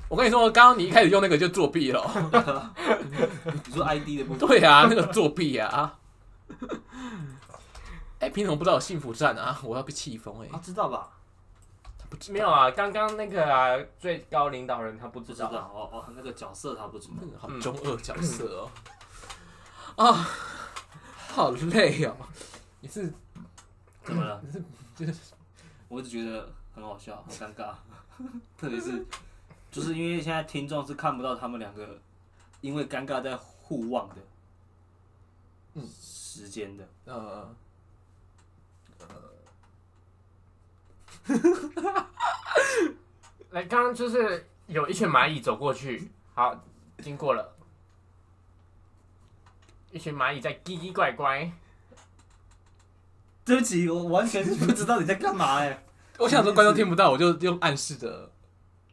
C: 我跟你说，刚刚你一开始用那个就作 弊了。
D: 你说 ID 的部分，
C: 对啊，那个作弊啊。 哎、凭什么不知道有幸福站啊？我要被气疯哎！
D: 啊，
B: 哦
D: 知道吧？
A: 没有啊，刚刚那个啊，最高领导人他不
B: 不
A: 知
B: 知
A: 道
B: 道，哦哦，那个角色他不知道
C: 那。个好中二角色
B: 嗯
C: 哦。啊，好累哦。你是
B: 怎么 了？ 我只觉得很好笑，很尴尬， 特别是就是因为现在听众是看不到他们两个因为尴尬在互望的，
C: 嗯
B: 时间的。
C: 呃，
A: 来，刚刚就是有一群蚂蚁走过去，好，经过了，一群蚂蚁在叽叽怪怪，
D: 对不起，我完全不知道你在干嘛哎、
B: 欸
C: 我想说观众听不到，我就用暗示的，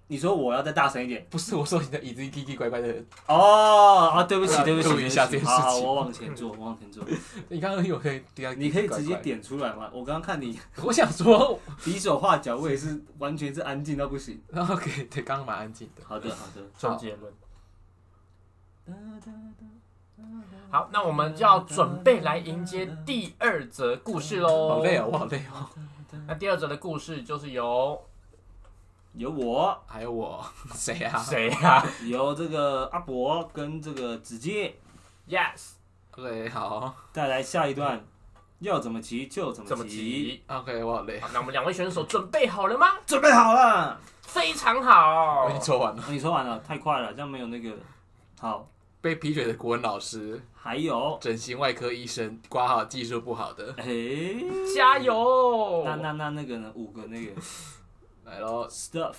B: 你说我要再大声一点
C: 不是我说你的椅子叽叽怪怪的，
B: 哦啊！对不起，
C: 对
B: 对不起，
C: 注
B: 对不
C: 意
B: 起
C: 一下这件事情嗯
B: 好好我往前坐，我往前坐。
C: 你刚刚有可以比较
B: 你可以直接
C: 叽叽
B: 点出来吗？我刚刚看你
C: 怪怪的。我想说
B: 比手画脚，我也是完全是安静到不行。
C: ，OK，对，刚刚蛮安静的。
B: 好 的，好的。
A: 周杰伦。好，那我们就要准备来迎接第二则故事喽。
C: 好累哦，我好累哦。
A: 那第二则的故事就是由
B: 有我，
C: 还有我谁啊？
A: 谁呀、
B: 有这个阿伯跟这个子杰
A: y e s
C: ？OK，好
B: 带来下一段，要怎么骑就怎
A: 怎
B: 么
A: 么
B: 骑，
A: 急？
C: ，OK，我好累，
A: 好那我们两位选手准备好了吗？
B: 准备好了。哦
A: 非常 好
C: 我已。经抽完了。
B: 你说完了，太快了，这样没有那个。好，
C: 被劈腿的国文老师、
B: 还有，
C: 整形外科医生，挂号技术不好的，
B: 诶，
A: 加油！
B: 那那那那个呢？五个那个
C: 来喽。
B: stuff，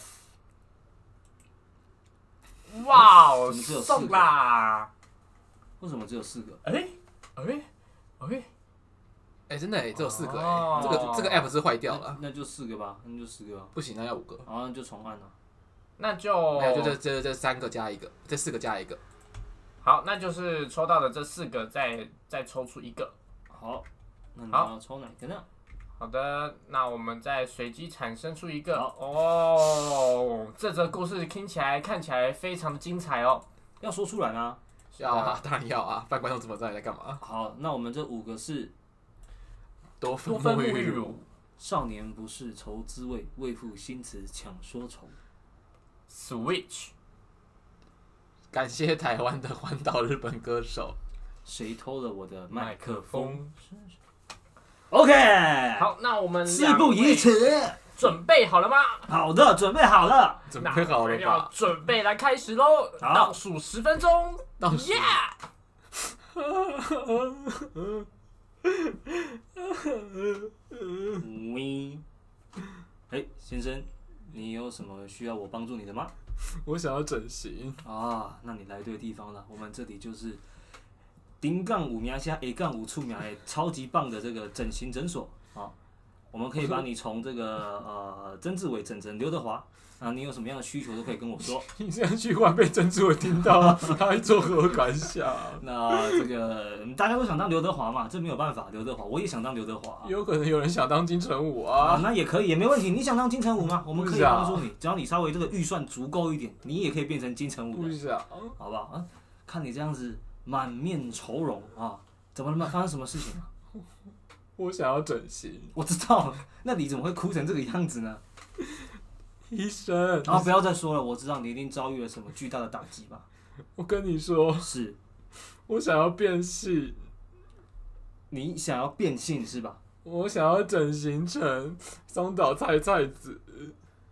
A: 哇哦，
B: 怎么只有四个
A: 送啦！
B: 为什么只有四个？
A: 哎哎哎，
C: 哎、真的、哎，只有四个哎、
A: 哦
C: 这个这个 app 是坏掉了，
B: 那，那就四个吧，那就四个吧，
C: 不行，那要五个。
B: 然后就重按了。
A: 那就
C: 没有，就这这这三个加一个，这四个加一个。
A: 好，那就是抽到的这四个再再抽出一个。
B: 好，那你
A: 好
B: 要抽哪个呢？
A: 好的，那我们再随机产生出一个哦。这则故事听起来看起来非常的精彩哦。
B: 要说出来啊。
C: 要啊，当然要啊，不然观众怎么知道你在干嘛？
B: 好，那我们这五个是
C: 多
A: 多
C: 芬
A: 芬沐
C: 沐
A: 浴
C: 浴
A: 乳
C: 乳，
B: 少年不是愁滋味，为赋新词强说愁。
A: Switch
C: 感谢台湾的环岛日本歌手。
B: 谁偷了我的麦克风
A: 风。
B: ？OK，
A: 好，那我们
B: 事不宜迟，
A: 准备好了吗？
B: 好的，准备好了。
C: 准备好了
A: 那我们要
C: 吧？
A: 准备来开始喽，
B: 好
A: 倒数十分钟，
C: 倒数
A: Yeah！
B: 喂，哎，先生，你有什么需要我帮助你的吗？
C: 我想要整形，
B: 啊，那你来对地方了。我们这里就是零杠五啊苗下 A 杠五处苗哎，超级棒的这个整形诊所啊。我们可以帮你从这个呃曾志伟整成刘德华啊，你有什么样的需求都可以跟我 说。
C: 你这样句话被珍珠伟听到 啊，他会作何感想？
B: 那这个嗯大家都想当刘德华嘛，这没有办法，刘德华我也想当刘德华
C: 有可能有人想当金城武
B: 啊
C: 啊，，
B: 那也可以，也没问题。你想当金城武吗？我们可以
C: 不想
B: 帮助你，只要你稍微这个预算足够一点，你也可以变成金城武
C: 不
B: 的。
C: 想。
B: 好不好？啊，看你这样子满面愁容啊，怎么了嘛？发生什么事情啊？
C: 我想要整形，
B: 我知道，那你怎么会哭成这个样子呢？
C: 医生，
B: 然后不要再说了，我知道你一定遭遇了什么巨大的打击吧？
C: 我跟你说，
B: 是
C: 我想要变性，
B: 你想要变性是吧？
C: 我想要整形成松岛菜菜子，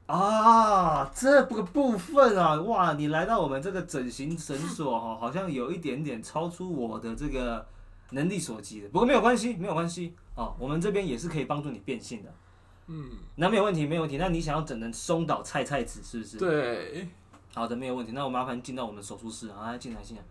B: 啊，这个部分啊，哇，你来到我们这个整形诊所哈、好像有一点点超出我的这个能力所及的。不过没有关系，没有关系哦，我们这边也是可以帮助你变性的。嗯，那没有问题，没有问题。那你想要整成松岛菜菜子是不是？
C: 对，
B: 好的，没有问题。那我麻烦进到我们手术室啊，来进来进来。
E: 哎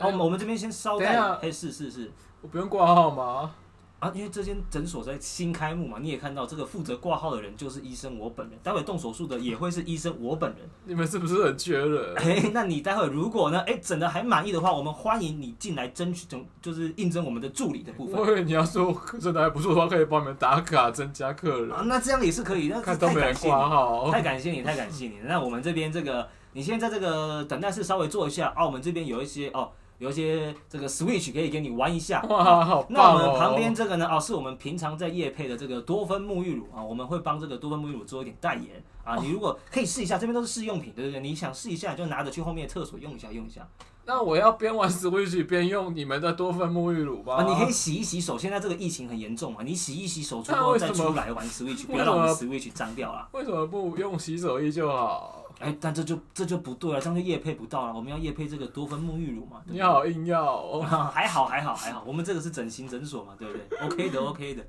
B: 好，我们我们这边先稍
E: 等一
B: 待
E: 下。
B: 哎，是是是。
E: 我不用挂号吗？
B: 啊，因为这间诊所在新开幕嘛，你也看到这个负责挂号的人就是医生我本人，待会动手术的也会是医生我本人。
C: 你们是不是很缺人？
B: 哎、那你待会如果呢，哎、整的还满意的话，我们欢迎你进来争取，整就是应征我们的助理的部
C: 我
B: 分。
C: 以为你要说我真的还不错的话，可以帮你们打卡增加客人，
B: 啊，那这样也是可以，那
C: 看
B: 是
C: 都
B: 太
C: 没人
B: 感谢你
C: 挂哦
B: 了，
C: 号。
B: 太感谢你，太感谢你了。那我们这边这个，你先在这个等待室稍微坐一下啊，我们这边有一些哦，有一些这个 Switch 可以给你玩一下。
C: 哇，好
B: 那
C: 棒
B: 我们旁边
C: 哦！
B: 这个呢？哦，是我们平常在夜配的这个多芬沐浴乳啊，我们会帮这个多芬沐浴乳做一点代言
C: 哦
B: 啊。你如果可以试一下，这边都是试用品，对不对？你想试一下，你就拿着去后面的厕所用一下，用一下。
C: 那我要边玩 Switch 边用你们的多芬沐浴乳吧。
B: 啊，你可以洗一洗手，现在这个疫情很严重啊嘛，你洗一洗手之
C: 那
B: 后
C: 为
B: 再
C: 什么
B: 出来玩 Switch，不
C: 为
B: 要
C: 什
B: 让我们
C: 么
B: Switch 脏掉了。
C: 为什么不用洗手液就好？
B: 哎，但这就这就不对了，这样就夜配不到了。我们要夜配这个多酚沐浴乳嘛，对不
C: 你
B: 对？
C: 好硬要 哦。
B: 还好还好还好，我们这个是整形诊所嘛，对不 对？OK 的 OK 的。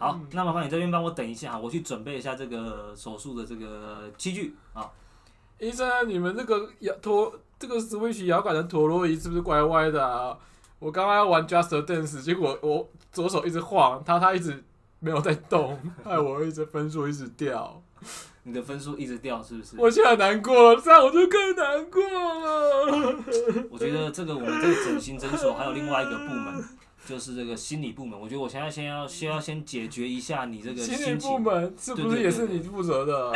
B: 好，
C: 嗯
B: 那麻烦你这边帮我等一下，我去准备一下这个手术的这个器具啊。
C: 医生，啊你们这个摇陀这个 Switch 摇杆的陀螺仪是不是怪歪的啊？我刚刚玩 Just a Dance，结果我左手一直晃，它它一直没有在动，害我一直分数一直掉，
B: 你的分数一直掉，是不是？
C: 我现在难过了，这样我就更难过了。
B: 我觉得这个我们这个整形诊所还有另外一个部 门，就是这个心理部门。我觉得我现在先要先要先解决一下你这个
C: 心理
B: 心
C: 部
B: 情。
C: 门是不是也是你负责的？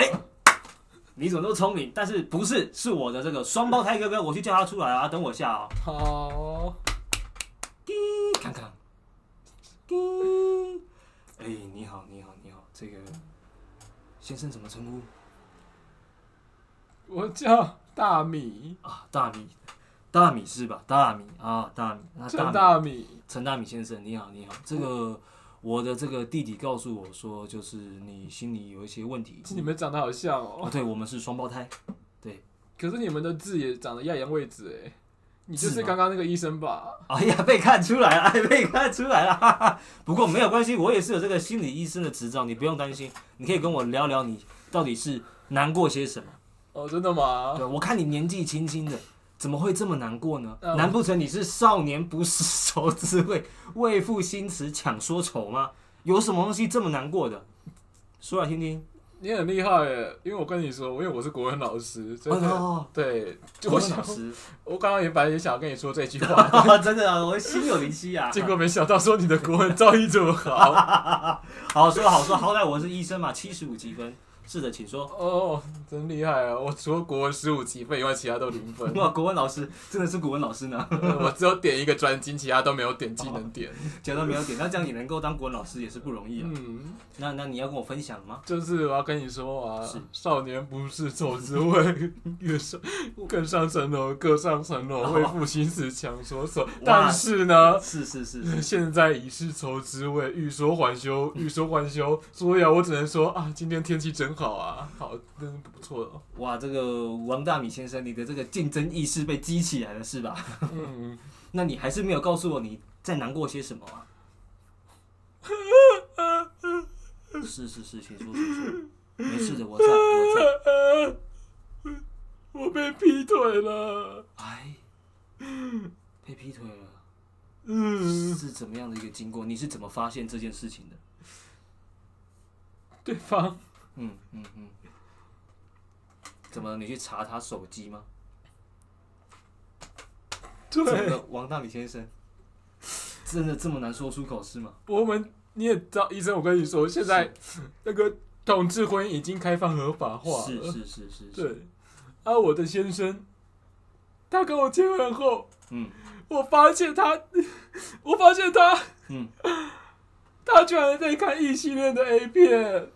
B: 你怎么那么聪明？但是不是是我的这个双胞胎哥哥，我去叫他出来啊！等我一下 啊、
C: 好，
B: 你看看，叮，哎，你好，你好，你好，这个先生怎么称呼
C: 我叫大米，
B: 啊？大米，大米是吧？大米啊，大米，那
C: 陈
B: 大米，
C: 大米，
B: 陈大米先生，你好，你好，这个。我的这个弟弟告诉我说，就是你心里有一些问题。
C: 你们长得好像哦
B: 哦，，对，我们是双胞胎。
C: 可是你们的字也长得一样位置哎，你就
B: 字
C: 是
B: 吗
C: 刚刚那个医生吧？
B: 哎呀，被看出来了， 哎，被看出来了。 哈哈不过没有关系，我也是有这个心理医生的执照，你不用担心。你可以跟我聊聊你到底是难过些什么。
C: 哦，真的吗？
B: 对，我看你年纪轻轻的，怎么会这么难过呢？
C: 嗯
B: 难不成你是少年不识愁滋味， 为赋新词强说愁吗？有什么东西这么难过的？说来听听。
C: 你很厉害耶，因为我跟你说，因为我是国文老师，真的，
B: 哦，
C: 对，就
B: 郭
C: 我
B: 老
C: 想，
B: 师，
C: 我刚刚也本来也想跟你说这句话，
B: 真的啊，我心有灵犀啊。
C: 结果没想到说你的国文造诣这 么好。
B: 好说好说，好歹我是医生嘛，七十五积分。是的，请说。，
C: 哦，真厉害啊！我除了国文十五积分以外，其他都零分
B: 哇，国文老师真的是国文老师呢，
C: 我只有点一个专精，其他都没有点技能点。
B: 讲到没有点，那这样你能够当国文老师也是不容易啊。
C: 嗯，
B: 那那你要跟我分享吗？
C: 就是我要跟你说啊
B: 是，
C: 少年不识愁滋味，越上 更上层楼，更上层
B: 哦
C: 楼，为赋新词强说愁。但是呢，
B: 是是是是，
C: 现在已是愁滋味，欲说还休，欲说还休。所以啊，我只能说啊，今天天气真好啊，好，真是不错哦了。
B: 哇，这个王大米先生，你的这个竞争意识被激起来了是吧？
C: 嗯，
B: 那你还是没有告诉我你在难过些什么啊？ 是是是，请说请说，没事的，我在我在。
C: 我被劈腿了。
B: 哎，被劈腿了，
C: 嗯，
B: 是怎么样的一个经过？你是怎么发现这件事情的？
C: 对方
B: 嗯嗯嗯，怎么你去查他手机吗？怎么
C: 对
B: 了，王大米先生？真的这么难说出口是吗？
C: 我们你也知道，医生，我跟你说，现在那个同志婚姻已经开放合法化
B: 是
C: 了。
B: 是是是是，
C: 对，啊，我的先生，他跟我结婚后，
B: 嗯
C: 我发现他， 我发现他。
B: 嗯，
C: 他居然在看异性恋的 A 片，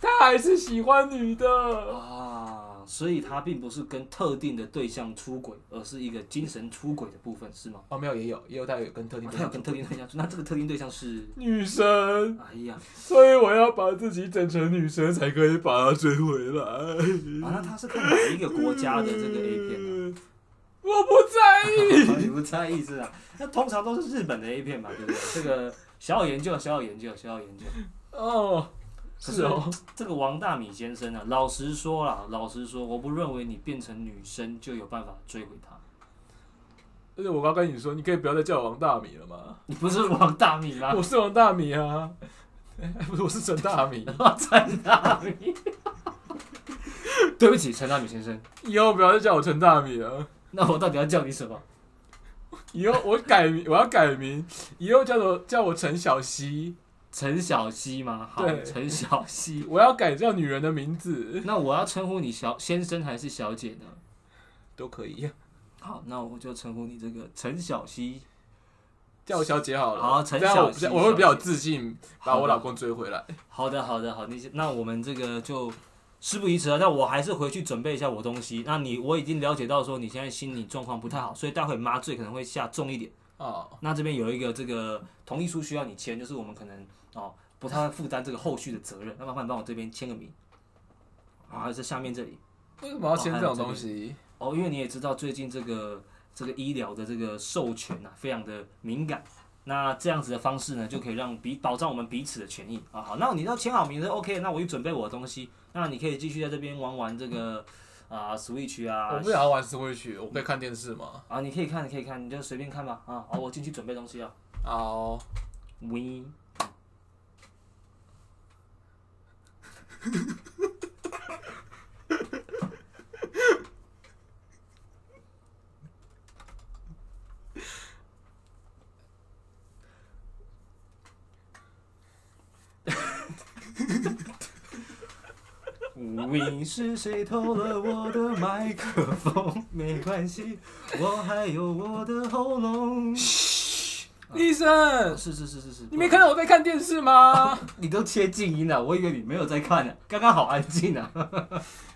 C: 他还是喜欢女的。
B: 啊， ，所以它并不是跟特定的对象出轨，而是一个精神出轨的部分，是吗？啊
C: 哦，没有，也有，也有带有跟特定对
B: 哦它有
C: 象
B: 跟特定对象出，那这个特定对象是，
C: 女神，
B: 哎呀，
C: 所以我要把自己整成女神，才可以把她追回来。
B: 啊，那它是看哪一个国家的这个 A 片啊
C: 嗯
B: 呢、
C: 我不在意。
B: 你不在意是啊？那通常都是日本的 A 片嘛，对不对？这个小有研究，小有研究，小有研究。
C: 哦，
B: 可
C: 是哦，
B: 这个王大米先生啊，老实说啦，老实说，我不认为你变成女生就有办法追回他。
C: 而且我刚跟你说，你可以不要再叫我王大米了吗？
B: 你不是王大米吗？
C: 我是王大米啊， 哎不是我是陈大米。
B: 陈大米，对不起，陈大米先生，
C: 以后不要再叫我陈大米了，
B: 那我到底要叫你什么？
C: 以后我改名，我要改名，以后叫我叫我陈小希，
B: 陈小希吗？好，
C: 对
B: 陈小希。
C: 我要改叫女人的名字
B: 那我要称呼你小先生还是小姐呢？
C: 都可以，
B: 好，那我就称呼你这个陈小希。
C: 叫我小姐好了。
B: 好陈
C: 这样我
B: 小
C: 比
B: 希
C: 较我会比较
B: 小
C: 有
B: 姐
C: 自信，
B: 好
C: 把我
B: 的
C: 老公追回来。
B: 好的，好的，好，那那我们这个就事不宜迟了。但我还是回去准备一下我东西。那你我已经了解到说你现在心理状况不太好，所以待会麻醉可能会下重一点。
C: 哦，
B: 那这边有一个这个同意书需要你签，就是我们可能哦不太会负担这个后续的责任。那麻烦帮我这边签个名，啊，还是下面这里
C: 为什么要签这种东西？
B: 哦，因为你也知道最近这个这个医疗的这个授权啊，非常的敏感。那这样子的方式呢，就可以让彼保障我们彼此的权益啊。好，那你要签好名字，OK，那我就准备我的东西。那你可以继续在这边玩玩这个啊、Switch 啊，
C: 我不想要玩 Switch，我可以看电视吗？
B: 啊，你可以看，你可以看，你就随便看吧啊。好，我进去准备东西啊。
C: 哦，
B: We 无影是谁偷了我的麦克风？没关系，我还有我的喉咙。
C: 医生，
B: 是是是是是，
C: 你没看到我在看电视吗？
B: 你都切静音了，我以为你没有在看呢、刚刚好安静 啊。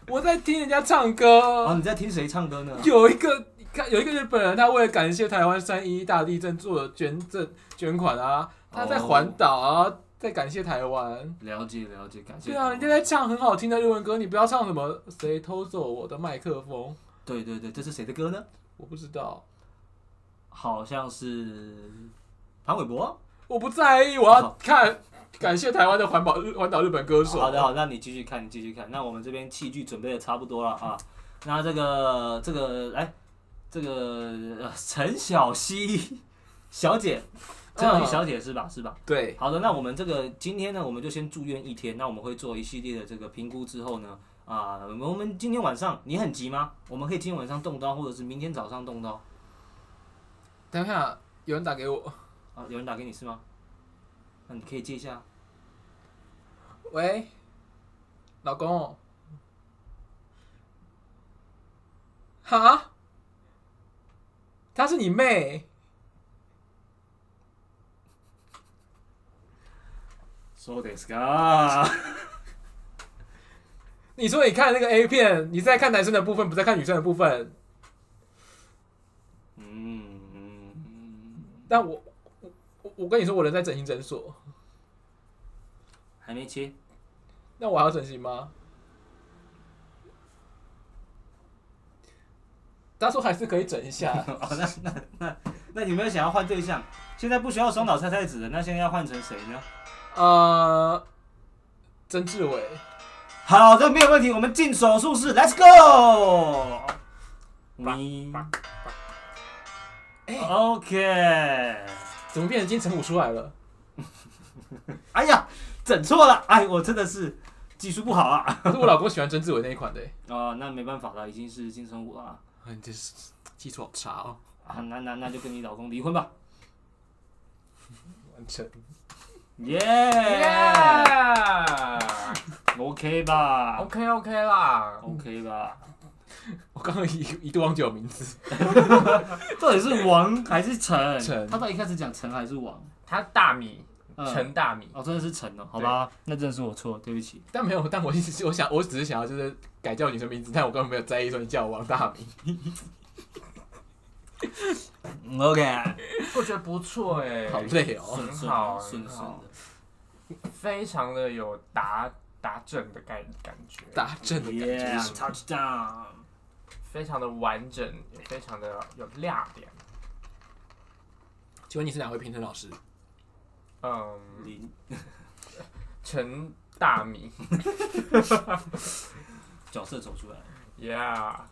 C: 我在听人家唱
B: 哦，
C: 歌。
B: 你在听谁唱歌呢？
C: 有一个，你看有一个日本人，他为了感谢台湾三一一大地震做的捐赠捐款啊，他在环岛啊，在感谢台湾。
B: 哦了解了解，感谢。
C: 对啊，人家在唱很好听的日文歌，你不要唱什么“谁偷走我的麦克风
B: 对对对，这是谁的歌呢？”，
C: 我不知道，
B: 好像是潘玮柏。
C: 我不在意，我要看感谢台湾的环保日环岛日本歌手。
B: 好的好，那你继续看，你继续看。那我们这边器具准备的差不多了啊。那这个这个来，这个呃陈小希小姐，
C: 嗯
B: 陈小希小姐是吧？是吧？
C: 对，
B: 好的，那我们这个今天呢，我们就先住院一天。那我们会做一系列的这个评估之后呢，啊、我们今天晚上你很急吗？我们可以今天晚上动刀，或者是明天早上动刀
C: 等一下有人打给我，
B: 啊？有人打给你是吗？那你可以接一下。
C: 喂，老公，哈，她是你妹，
B: そうですか。
C: 你说你看那个 A 片，你在看男生的部分，不在看女生的部分，
B: 嗯，
C: 但我我我我跟你说，我人在整形诊所，
B: 还没切。
C: 那我还要整形吗？他说还是可以整一下，
B: 哦，那那那那你们想要换对象？现在不需要手脑猜猜子了，那现在要换成谁呢？
C: 呃，曾志伟，
B: 好的，没有问题，我们进手术室，Let's go。你哎 OK，
C: 怎么变成金城武出来了？
B: 哎呀，整错了，哎，我真的是技术不好啊。
C: 可是我老公喜欢曾志伟那一款的、欸
B: 哦，那没办法了，已经是金城武了啊
C: 啊， 你这是基础好差哦，
B: 啊，那那那就跟你老公离婚吧。
C: 完成。
B: 耶、
A: Yeah!
B: o k 吧
A: OK OK 啦，
B: ，OK 吧。
C: 我刚刚一一度忘记我名字，
B: 到底是王还是陈？
C: 陈
B: 他到底一开始讲陈还是王？
A: 他大米，
C: 嗯
A: 陈大米。
B: 哦，真的是陈哦，好吧，那真的是我错，对不起。
C: 但没有，但我一直是我想，我只是想要就是改叫女生名字，但我根本没有在意说你叫我王大明。
B: 嗯 OK，
A: 我觉得不错哎、
C: 好累哦
B: 顺
A: 很
B: 顺
A: 好，
B: 的顺
A: 很
B: 顺
A: 好
B: 的，
A: 非常的有答答正的感感觉，
C: 打正的感觉是
B: Yeah，touchdown。
A: 非常的完整，也非常的有亮点。
C: 请问你是哪位评审老师？
A: 嗯，
B: 林
A: 陈大米
B: 角色走出来了，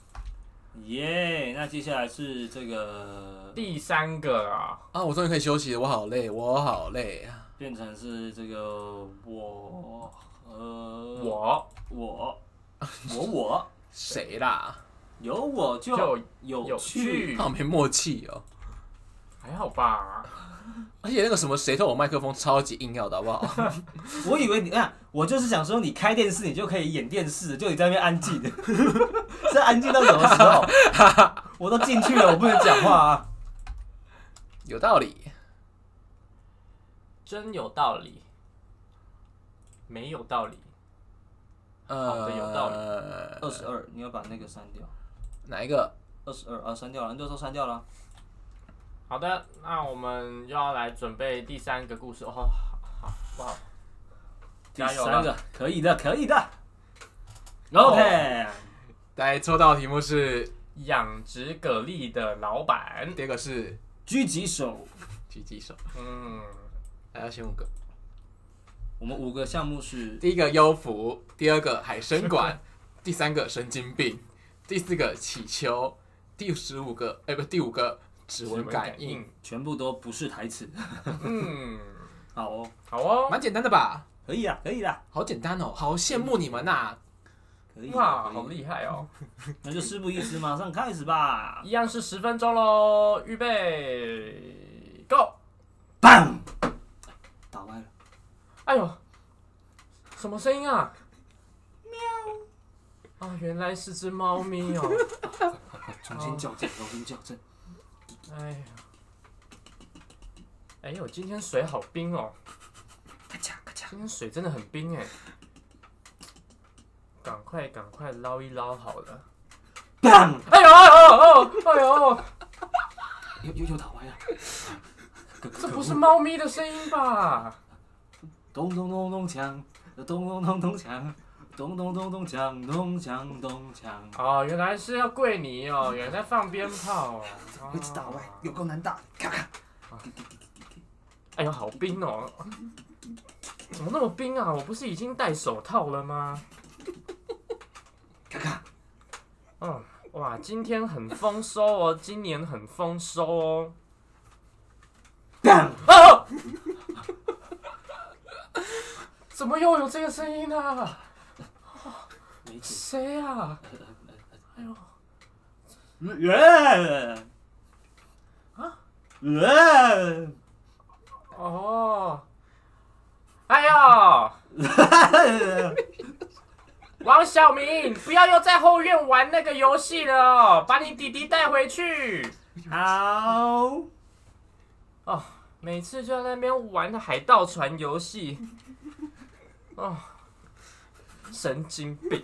A: ，Yeah，
B: 耶！那接下来是这个
A: 第三个啊，
C: 啊，我终于可以休息了，我好累，我好累啊！
B: 变成是这个我呃
A: 我
B: 我我 我
C: 谁啦？
B: 有我就
A: 就
B: 有
A: 有
B: 趣，
A: 趣
C: 好，没默契哦。
A: 还好吧？
C: 而且那个什么谁偷我麦克风超级硬要的好不好？
B: 我以为你啊，我就是想说你开电视你就可以演电视，就你在那边安 静，这安静到什么时候？ 我都进去了，我不能讲话啊！
C: 有道理，
A: 真有道理，没有道理，
C: 呃，
A: 的有道理
B: 二十二，你要把那个删掉。
C: 哪一个？
B: 二十二啊，删掉了，那就说删掉了。
A: 好的，那我们又要来准备第三个故事哦。好，好，哇，
B: 第
A: 加油
B: 三
A: 了！
B: 个，可以的，可以的。
A: 哦
B: OK，
C: 来，抽到的题目是
A: 养殖蛤蜊的老板，
C: 第二个是
B: 狙击手。
C: 狙击手，
A: 嗯，
C: 还要先五个。
B: 我们五个项目是
C: 第一个优抚，第二个海参馆，第三个神经病，第四个乞求，第十五个哎、不第五个指纹感应，，
B: 全部都不是台词。
A: 嗯，
B: 好哦，
A: 好哦，
C: 蛮简单的吧？
B: 可以啊，可以啦，
C: 好简单哦，好羡慕你们呐、
B: 可以啦。
A: 哇，
B: 可以啦
A: 好厉害哦！
B: 那就事不宜迟，马上开始吧。
A: 一样是十分钟喽，预备，Go！
B: 棒！打歪了。
A: 哎呦，什么声音啊？喵！哦，原来是只猫咪哦。
B: 重新校正，重新校正。
A: 哎呀，哎呦，今天水好冰哦，
B: 咔嚓咔嚓。
A: 今天水真的很冰哎。赶快赶快捞一捞好了。
B: 棒！
A: 哎呦哦哦哎呦，
B: 又又又打歪了。可
A: 这不是猫咪的声音吧？
B: 咚咚咚咚锵，咚咚咚咚锵，咚咚咚咚锵，咚锵咚锵。
A: 哦，原来是要跪 你哦，原来在放鞭炮哦。哦
B: 一直打歪，有够难打的，咔咔。
A: 哎呦，好冰 哦！怎么那么冰啊？我不是已经戴手套 了吗？
B: 看看，
A: 嗯，哇，今天很丰收哦，今年很丰收哦。
B: 当
A: 啊！ 怎么又有这个声 音啊？
B: 没解。
A: 谁啊？
B: 呃
A: 啊
B: 呃，
A: 哦，哎呦，王小明，不要又在后院玩那个游戏了哦，把你弟弟带回去。
B: 好，
A: 哦，每次就在那边玩海盗船游戏，哦，神经病！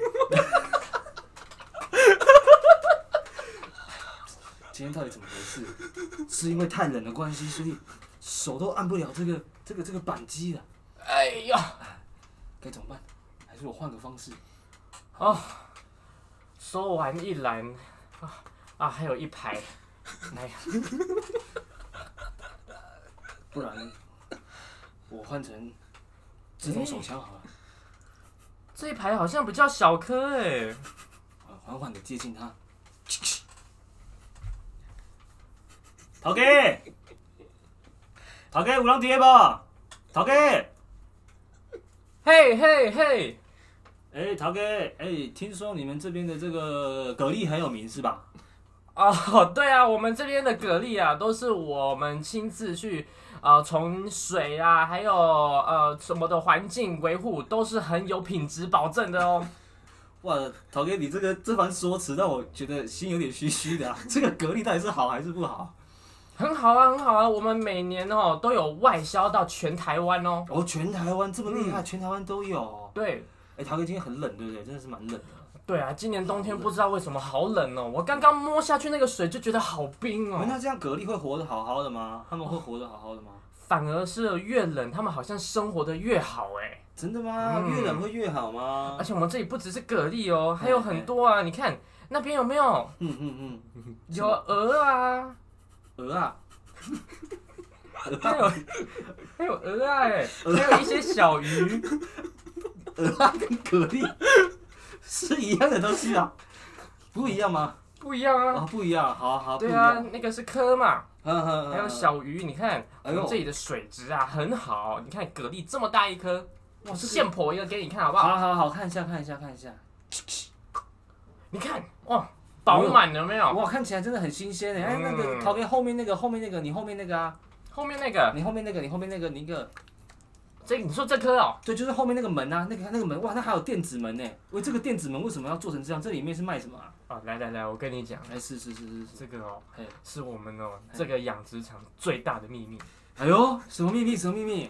B: 今天到底怎么回事？是因为太冷的关系，所以手都按不了这个这个这个扳机了，
A: 哎呀，
B: 该怎么办？还是我换个方式？
A: 哦，说完一栏啊啊，还有一排，哎呀，
B: 不然我换成自动手枪好了，
A: 这一排好像比较小颗哎，
B: 缓缓缓的接近它。头家，头家有人伫无？头家。
A: 嘿嘿嘿，
B: 哎，陶哥，哎，听说你们这边的这个蛤蜊很有名是吧？
A: 哦， 对啊，我们这边的蛤蜊啊，都是我们亲自去。呃，从水啊，还有呃什么的环境维护，都是很有品质保证的哦。
B: 哇，陶哥，你 这个这番说辞让我觉得心有点虚虚的、啊。这个蛤蜊到底是好还是不好？
A: 很好啊，很好啊，我们每年哦都有外销到全台湾哦。
B: 哦，全台湾这么厉害，全台湾都有。
A: 对
B: 嗯哎、台哥今天很冷，对不对？真的是蛮冷的。
A: 对啊，今年冬天不知道为什么好冷哦，我刚刚摸下去那个水就觉得好冰
B: 哎
A: 哦。
B: 那这样蛤蜊会活得好好的吗？他们会活得好好的吗？
A: 反而是越冷，他们好像生活的越好哎。
B: 真的吗？
A: 嗯
B: 越冷会越好吗
A: 而？且我们这里不只是蛤蜊哦，还有很多啊，你看那边有没有？
B: 嗯嗯
A: 有鹅啊，
B: 嗯，鹅 啊，
A: 还 有还有鹅啊哎，还有一些小鱼。
B: 鹅啊跟蛤蜊 是一样的东西啊，不一样吗？
A: 不一样啊。
B: 啊，不一样，好好，不一
A: 对
B: 样
A: 啊，，那个是科嘛，
B: 嗯嗯，
A: 还有小鱼，你看我
B: 哎呦
A: 们这里的水质啊很好，你看蛤蜊这么大一颗，我现剖一个给你看好不好？
B: 好好好，看一下看一下看一下，
A: 你看哇，饱满了有没有？
B: 哇，看起来真的很新鲜哎！哎，那个
A: 嗯
B: 陶给后面那个，后面那个，你后面那个啊，
A: 后面那个，
B: 你后面那个，你后面那个，你一个，
A: 这你说这颗哦，
B: 对，就是后面那个门啊，那个那个门，哇，那还有电子门呢！喂，这个电子门为什么要做成这样？这里面是卖什么啊？
A: 啊来来来，我跟你讲，
B: 哎，是是是是是，
A: 这个哦
B: 嘿
A: 是我们哦
B: 嘿
A: 这个养殖场最大的秘密。
B: 哎呦，什么秘密？什么秘密？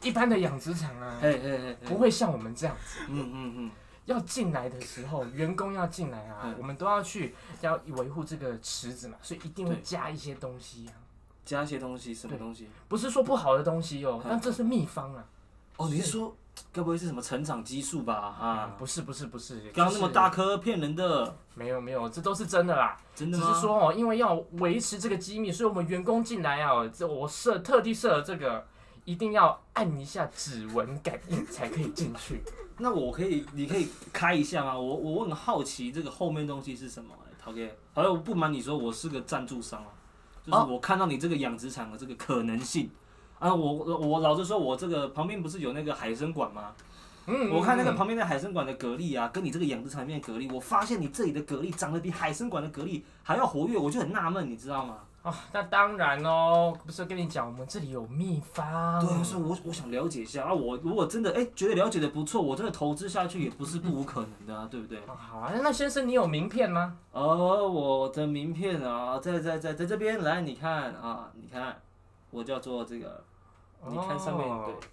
A: 一般的养殖场啊，
B: 哎哎哎，
A: 不会像我们这样，
B: 嗯嗯嗯，
A: 要进来的时候，员工要进来啊
B: 嗯，
A: 我们都要去要维护这个池子嘛，所以一定会
B: 对
A: 加一些东西啊。
B: 加一些东西，什么
A: 对
B: 东西？
A: 不是说不好的东西哦，
B: 嗯
A: 但这是秘方啊。
B: 哦，你是说，该不会是什么成长激素吧？
A: 啊
B: 啊，，
A: 不是不是不是，
B: 刚刚那么大，颗，骗人的，
A: 没有没有，这都是真的啦。
B: 真
A: 只
B: 的吗？
A: 是说哦，因为要维持这个机密，所以我们员工进来啊，这我设特地设了这个，一定要按一下指纹感应才可以进去。
B: 那我可以，你可以开一下吗？我我我很好奇这个后面东西是什么、欸，陶哥。好像我不瞒你说，我是个赞助商啊，就是
A: 哦
B: 我看到你这个养殖场的这个可能性。啊，我我我老实说，我这个旁边不是有那个海参馆吗？
A: 嗯，
B: 我看那个
A: 嗯
B: 旁边的海参馆的蛤蜊啊，跟你这个养殖场里面的蛤蜊，我发现你这里的蛤蜊长得比海参馆的蛤蜊还要活跃，我就很纳闷，你知道吗？
A: 哦，那当然哦，不是跟你讲，我们这里有秘方。
B: 对，啊所以我我想了解一下啊，我如果真的哎、觉得了解的不错，我真的投资下去也不是不无可能的啊，对不对？
A: 哦好啊，那先生你有名片吗？
B: 哦，我的名片啊，在在在在这边，来你看啊，你看，我叫做这个，你看上面、
A: 哦
B: 对，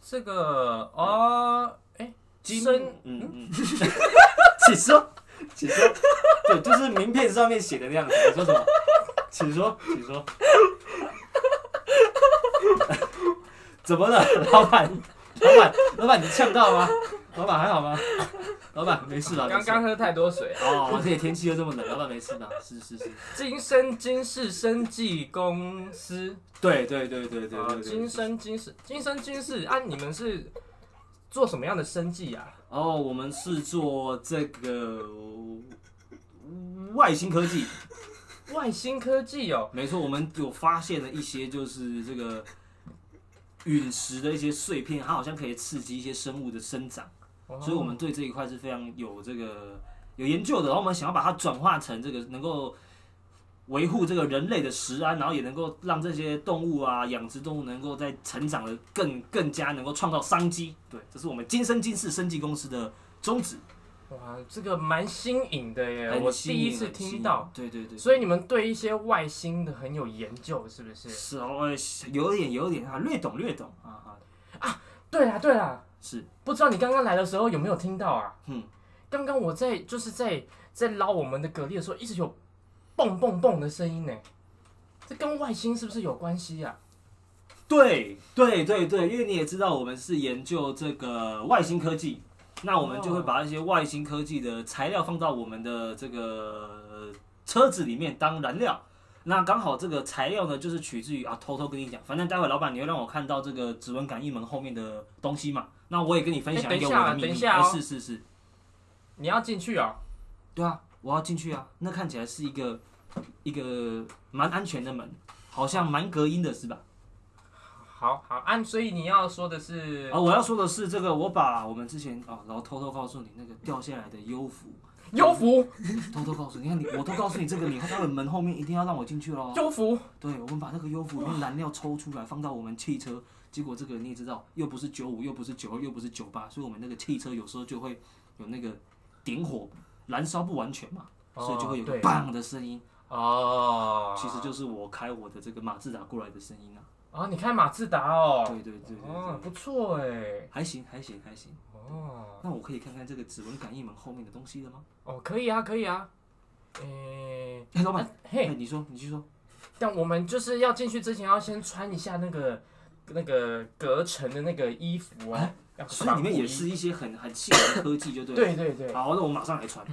A: 这个哦，哎，
B: 金
A: 生
B: 嗯嗯， 请说，请说，对，就是名片上面写的那样子，你说什么？请说，请说， 怎么了，老板？老板，老板，你呛到吗？老板还好吗？老板没事吧？没
A: 刚
B: 事
A: 刚喝太多水。
B: 哦，而且天气又这么冷，老板没事吧？是是是。
A: 金生金氏生技公司。
B: 对对对对对对
A: 啊，
B: 对，
A: 今生今世，今生今世啊！你们是做什么样的生计啊？
B: 哦，我们是做这个呃外星科技，
A: 外星科技哦，
B: 没错，我们有发现了一些就是这个陨石的一些碎片，它好像可以刺激一些生物的生长，
A: 哦
B: 所以我们对这一块是非常有这个有研究的，然后我们想要把它转化成这个能够。维护这个人类的食安，然后也能够让这些动物啊，养殖动物能够在成长的更更加能够创造商机。对，这是我们今生今世生技公司的宗旨。
A: 哇，这个蛮新颖的耶，
B: 很
A: 哎我
B: 新
A: 第一
B: 颖
A: 次
B: 很新
A: 听
B: 颖
A: 到。
B: 对对对，
A: 所以你们对一些外星的很有研究，是不是？
B: 是哦，呃有点有点啊，略懂略懂啊啊，
A: 对啦，对啦，
B: 是
A: 不知道你刚刚来的时候有没有听到啊？
B: 嗯，
A: 刚刚我在就是在在捞我们的蛤蜊的时候，一直有蹦蹦蹦的声音呢，这跟外星是不是有关系啊？
B: 对对对对，因为你也知道我们是研究这个外星科技，那我们就
A: 哦
B: 会把一些外星科技的材料放到我们的这个呃车子里面当燃料。那刚好这个材料呢，就是取自于啊，偷偷跟你讲，反正待会老板你会让我看到这个指纹感应门后面的东西嘛，那我也跟你分享
A: 哎
B: 一个
A: 等
B: 我
A: 一下
B: 的秘密。
A: 等一下哦
B: 哎是是是，
A: 你要进去哦，
B: 对啊，我要进去啊。那看起来是一个一个蛮安全的门，好像蛮隔音的，是吧？
A: 好好啊，所以你要说的是
B: 啊，我要说的是这个，我把我们之前啊，然后偷偷告诉你那个掉下来的幽浮，
A: 优福，
B: 偷偷告诉你，你看你，我都告诉你这个，你待会门后面一定要让我进去喽。
A: 优福。
B: 对，我们把那个幽浮里面燃料抽出来，放到我们汽车。结果这个你也知道，又不是九五，又不是九二，又不是九八，所以我们那个汽车有时候就会有那个点火燃烧不完全嘛，所以就会有
A: 哦
B: 个
A: 对
B: 砰的声音。
A: 哦，
B: 其实就是我开我的这个马自达过来的声音啊。
A: 哦，你开马自达哦，
B: 对对对对
A: 哦，
B: 对，
A: 不错哎，
B: 还行还行还行。
A: 哦，
B: 那我可以看看这个指纹感应门后面的东西了吗？
A: 哦，可以啊，可以啊，诶，
B: 哎，老板，哎，
A: 啊嘿，
B: 你说你去说。
A: 但我们就是要进去之前要先穿一下那个那个隔层的那个衣服啊，要
B: 所以里面也是一些很很细的科技，就对了。
A: 对对嗯对，
B: 好，那我马上来穿。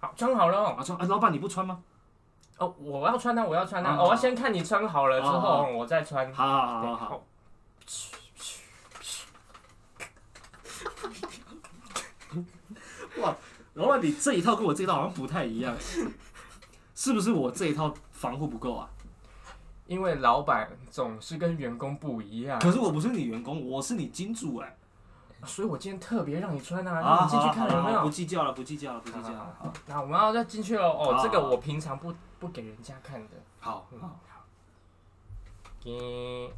A: 好，穿好了哦
B: 马上，哎，老板你不穿吗？
A: 哦，我要穿它，我要穿它，
B: 哦
A: 哦我要先看你穿好了之
B: 哦
A: 后，我再穿。
B: 好好好好，老板你这一套跟我这一套好像不太一样， 是不是我这一套防护不够啊？
A: 因为老板总是跟员工不一样，
B: 可是我不是你员工，我是你金主哎。
A: 所以我今天特别让你穿啊，
B: 好
A: 让你进去
B: 好好
A: 看有没
B: 好不
A: 有？
B: 计较了，不计较了，不计较
A: 好
B: 了。好
A: 那我们要再进去了哦
B: 好，
A: 这个
B: 好啊好
A: 我平常不不给人家看的。
B: 好
A: 嗯，
B: 好。
A: 好，给，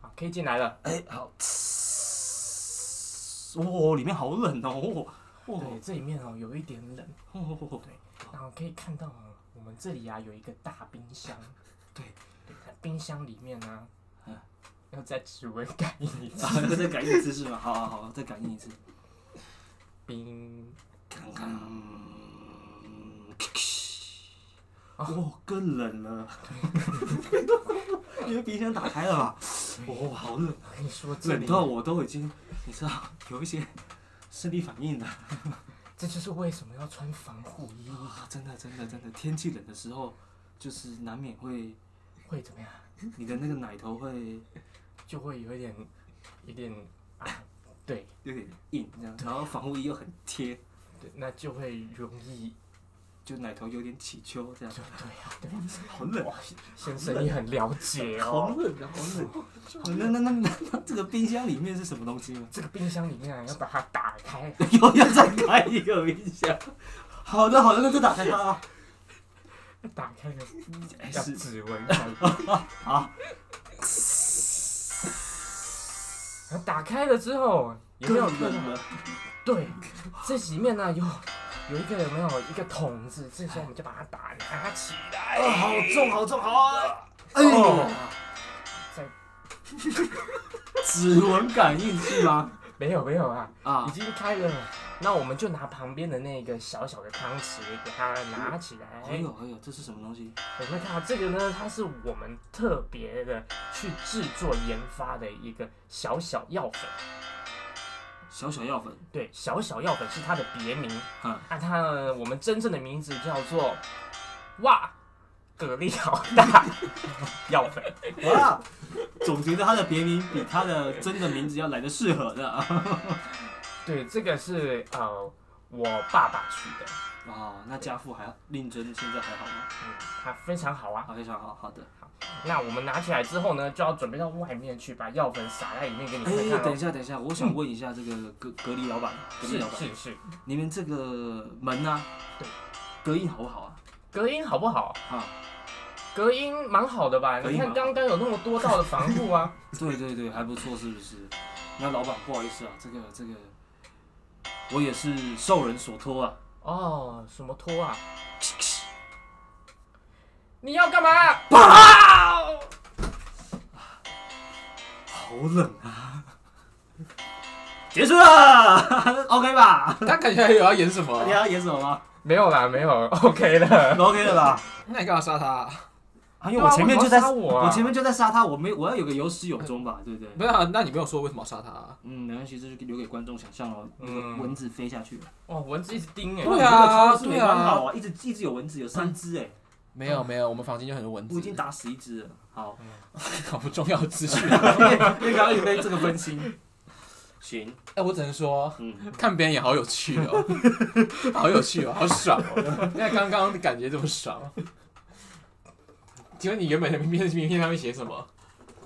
A: 好，可以进来了。
B: 哎，好，哦，里面好冷哦，哦
A: 对，这里面哦有一点冷，
B: 哦，
A: 然后可以看到哦，我们这里啊有一个大冰箱。
B: 对
A: 对，那冰箱里面呢
B: 嗯，
A: 要再指纹感应一 次。
B: 啊，要再感应一次是吗？好好好，再感应一次。
A: 冰，
B: 看看，哦，更冷了。因为冰箱打开了嘛，哦，好冷，
A: 我跟你说，这
B: 冷
A: 里
B: 到我都已经，你知道，有一些生理反应的。
A: 这就是为什么要穿防护衣，
B: 啊，真的真的真的，天气冷的时候，就是难免会，
A: 会怎么样？
B: 你的那个奶头会
A: 就会有一点，有点啊，对
B: 有点硬这样，然后防护衣又很贴，
A: 对，那就会容易，
B: 就奶头有点起丘这样
A: 就，对啊，对，
B: 好冷，
A: 先生你很了解
B: 好
A: 哦。
B: 冷啊，好冷。那那那那那这个冰箱里面是什么东西吗？
A: 这个冰箱里面啊，要把它打开，
B: 又要再开一个冰箱。好的好的，那就打开它啊。
A: 打开了
B: 哎
A: 要
B: 是
A: 指纹感应，
B: 好，
A: 然后打开了之后也没有
B: 更冷了。
A: 对，这里面呢有有一个有没有一个桶子，这时候我们就把它打拿起来，
B: 啊，好重好重好啊！哎呦，
A: 哦再
B: 指纹感应是吗？
A: 没有没有啊，
B: 啊
A: 已，经开了，那我们就拿旁边的那个小小的汤匙给它拿起来。
B: 哎呦哎呦，这是什么东西？
A: 我们看到啊这个呢，它是我们特别的去制作研发的一个小小药粉，
B: 小小药粉。
A: 对，小小药粉是它的别名。
B: 嗯
A: 那它呢，我们真正的名字叫做哇，蛤蜊好大药粉。
B: 哇，总觉得他的别名比他的真的名字要来的适合的 啊。
A: 对，这个是呃我爸爸取的，
B: 哦，那家父还令尊现在还好吗？
A: 嗯，它非常好啊。
B: 好，非常好，好的。
A: 那我们拿起来之后呢，就要准备到外面去，把药粉撒在里面给你
B: 哎、
A: 看看、哦。
B: 等一下，等一下，我想问一下这个隔隔离老板，隔离
A: 是
B: 老板，
A: 是是，
B: 你们这个门啊，
A: 对，
B: 隔音好不好啊？
A: 隔音好不好？
B: 啊，
A: 隔音蛮好的吧？
B: 隔
A: 你
B: 音
A: 看
B: 蛮好
A: 刚刚有那么多道的防护 啊。
B: 对对对，还不错，是不是？那老板，不好意思啊，这个这个，我也是受人所托啊。
A: 哦，什么托啊？你要干嘛？
B: 好冷啊！ 结束了 ，OK 吧？
C: 他感觉还有要演什 么
B: 你还
C: 啊？
B: 要演什么吗
A: 没有啦，没有，OK 的。
B: ？OK 了吧？
C: 那你干嘛杀他啊？
B: 啊，因为我前面就
A: 对
B: 在
A: 啊为什么要杀我啊
B: 前面就在杀他，我没我要有个有始有终吧，对不对？
C: 没有啊，那你没有说为什么要杀他啊？
B: 嗯，没关系，这就留给观众想象了。那
A: 嗯
B: 个蚊子飞下去了，
A: 哦，蚊子一直叮哎、
C: 对
B: 哇
C: 啊
B: 你这个超市没
C: 对啊
B: 关好啊，一直一直有蚊子，有三只哎，
C: 没有没有，我们房间就很多蚊子。
B: 我已经打死一只了。好，
C: 搞 不重要的资讯。
B: 因为刚刚有被这个分心。 行，
C: 哎，我只能说，
B: 嗯，
C: 看别人也好有趣哦， 好有趣哦，好爽哦！那刚刚的感觉这么爽。哦请问你原本的名片名片上面写什么？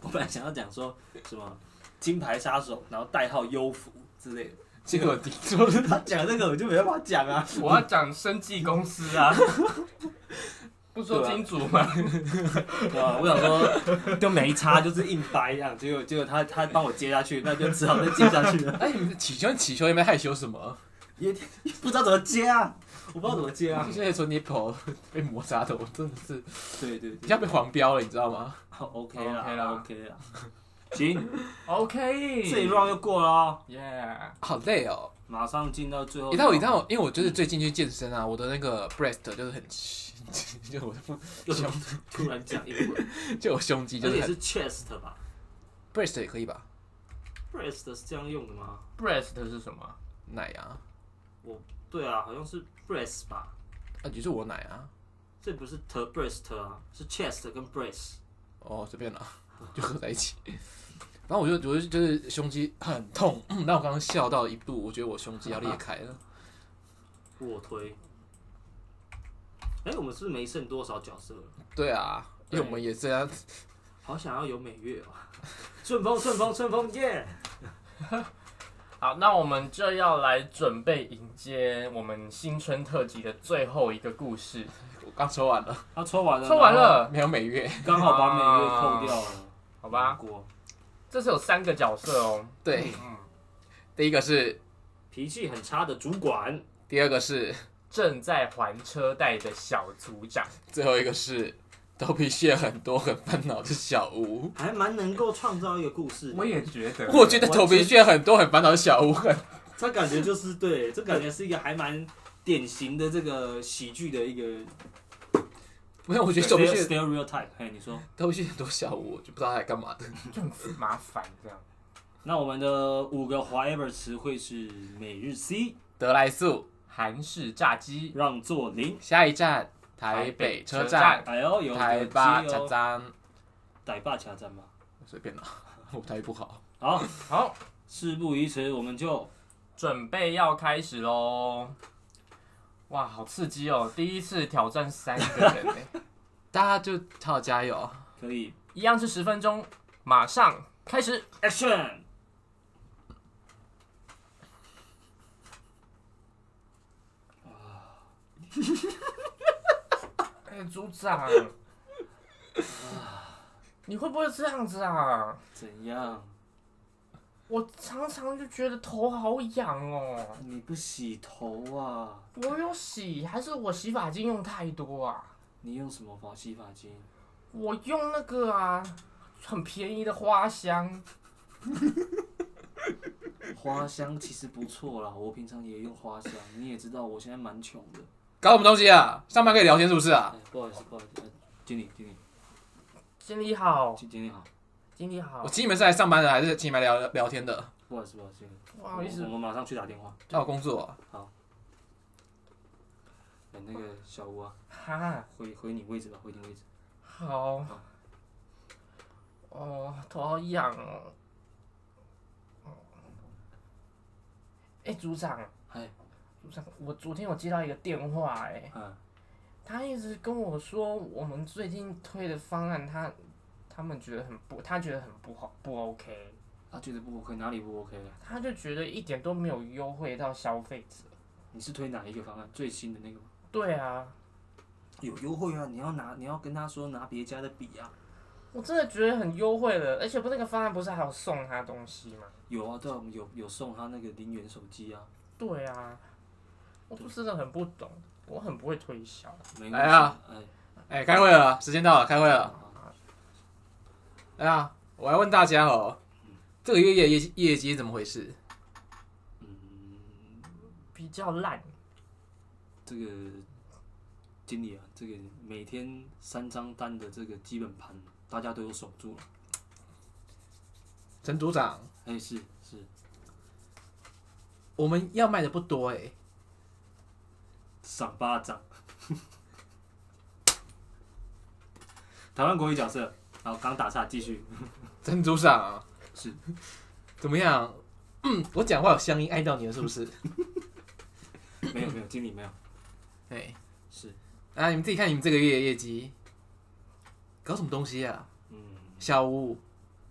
B: 我本来想要讲说什么金牌杀手，然后代号幽浮之类的，
C: 结果你说是
B: 他讲这个我就没办法讲啊。
A: 我要讲生技公司啊，不说金主吗？
B: 对啊，我想说就没差，就是硬掰这样，结果结果他他帮我接下去，那就只好再接下去了。
C: 哎，你们祈求祈求有没有害羞什么？
B: 也不知道怎么接啊。我不知道怎么 接啊。
C: 现在说 nipple 被摩擦的，我真的是
B: 对对
C: 一
B: 对
C: 下被黄标了，你知道吗？
B: 好，OK 啦
A: OK 啦
B: OK 啦。行，
A: OK，
B: 这一 round 又过了哦，
A: Yeah，
C: 好累哦。
B: 马上进到最后。
C: 你知道，你知道，因为我就是最近去健身啊，我的那个 breast 就是很， 就是我的腹，
B: 又怎么突然讲英文？
C: 就我胸肌就
B: 而
C: 是
B: 且
C: 很
B: 是 chest 吧
C: breast 也可以吧，
B: ？breast 是这样用的吗？
A: breast 是什么？
C: 奶啊，
B: 对啊，好像是 breast 吧？
C: 啊就是我奶啊，
B: 这不是 t breast 啊，是 chest 跟 breast。
C: 哦随便啦，就合在一起。然后我就我就就是胸肌很痛，那我刚刚笑到一度，我觉得我胸肌要裂开了。
B: 卧推。哎、我们是不是没剩多少角色了？
C: 对啊，因为我们也啊这样，
B: 好想要有美月哦！顺风，顺风，顺风，耶、
A: 好，那我们就要来准备迎接我们新春特辑的最后一个故事，
C: 我刚抽完了，
B: 他抽完了，
A: 说完
B: 然后
A: 了，啊
C: 没有每月。
B: 刚好把美月扣掉了，
A: 好吧？
B: 过
A: 这次有三个角色哦，
C: 对，第一个是，
B: 脾气很差的主管，
C: 第二个是，
A: 正在还车贷的小组长，
C: 最后一个是头皮屑很多很烦恼的小吴。
B: 还蛮能够创造一个故事的。
A: 也觉得
C: 我觉得头皮屑很多很烦恼的小吴 很
B: 他感觉就是对，这感觉是一个还蛮典型的这个喜剧的一个
C: 没有，我觉得头皮 屑
B: stereotype。哎，你说，
C: 头皮屑很多小吴，我就不知道他在干嘛的。
A: 就很麻烦这样。
B: 那我们的五个 whatever 词汇是每日 C，
C: 德莱素，
A: 韩式炸鸡，
B: 让座零。
C: 下一站台北车站，
B: 哎呦，有
C: 台
B: 巴
C: 巴车站，
B: 台巴卡站吧。
C: 随便啦， 我台语不好。
B: 好，
A: 好，
B: 事不宜迟，我们就
A: 准备要开始喽！哇，好刺激哦，第一次挑战三个人欸
C: 大家就好加油，
B: 可以
A: 一样是十分钟，马上开始。
B: action。
A: 哎、组长， 你会不会这样子啊？
B: 怎样？
A: 我常常就觉得头好痒哦，
B: 你不洗头啊？
A: 我有洗，还是我洗发精用太多啊？
B: 你用什么法洗发精？
A: 我用那个啊，很便宜的花香，
B: 花香其实不错啦，我平常也用花香。你也知道，我现在蛮穷的。
C: 搞什么东西啊？上班可以聊天是不是啊
B: 哎？，不好意思，不好意思，呃经理，经理，
A: 经理好，
B: 经经理好，
A: 经理好
C: 我，请你们是来上班的，还是请你们来聊聊天的？
B: 不好意思，不好意思，经理，
A: 不好意思
B: 我，们马上去打电话。
C: 要有工作啊、
B: 哎，那个小吴啊，
A: 哈，
B: 回回你位置吧，回你位置。
A: 好，哦，头好痒哦。哎、组长，
B: 嗨，
A: 组长，我昨天有接到一个电话、哎。
B: 嗯，
A: 他一直跟我说，我们最近推的方案，他他们觉得很不，他觉得很不好，不 OK，
B: 他觉得不 OK，哪里不 OK 了？
A: 他就觉得一点都没有优惠到消费者。
B: 你是推哪一个方案？最新的那个吗？
A: 对啊，
B: 有优惠啊！你要拿，你要跟他说拿别家的比啊。
A: 我真的觉得很优惠了，而且不那个方案不是还有送他东西吗？
B: 有啊，对啊，我们有有送他那个零元手机啊，
A: 对啊，我就真的很不懂，我很不会推销。
B: 没
C: 来啊，
B: 哎，
C: 哎、开会了，时间到了，开会了。
B: 好
C: 哎呀，我要问大家哦，这个月业业业绩怎么回事？
B: 嗯，
A: 比较烂，
B: 这个经理啊，这个每天三张单的这个基本盘，大家都有守住了。
C: 陈组长，
B: 哎，是是，
C: 我们要卖的不多哎、
B: 赏巴掌。台湾国语角色，好，刚打岔，继续。
C: 陈组长
B: 是
C: 啊怎么样？嗯，我讲话有乡音，爱到你了是不是？
B: 没有没有，经理没有，
C: 哎，
B: 是
C: 啊，你们自己看你们这个月的业绩，搞什么东西啊？
B: 嗯，
C: 小吴，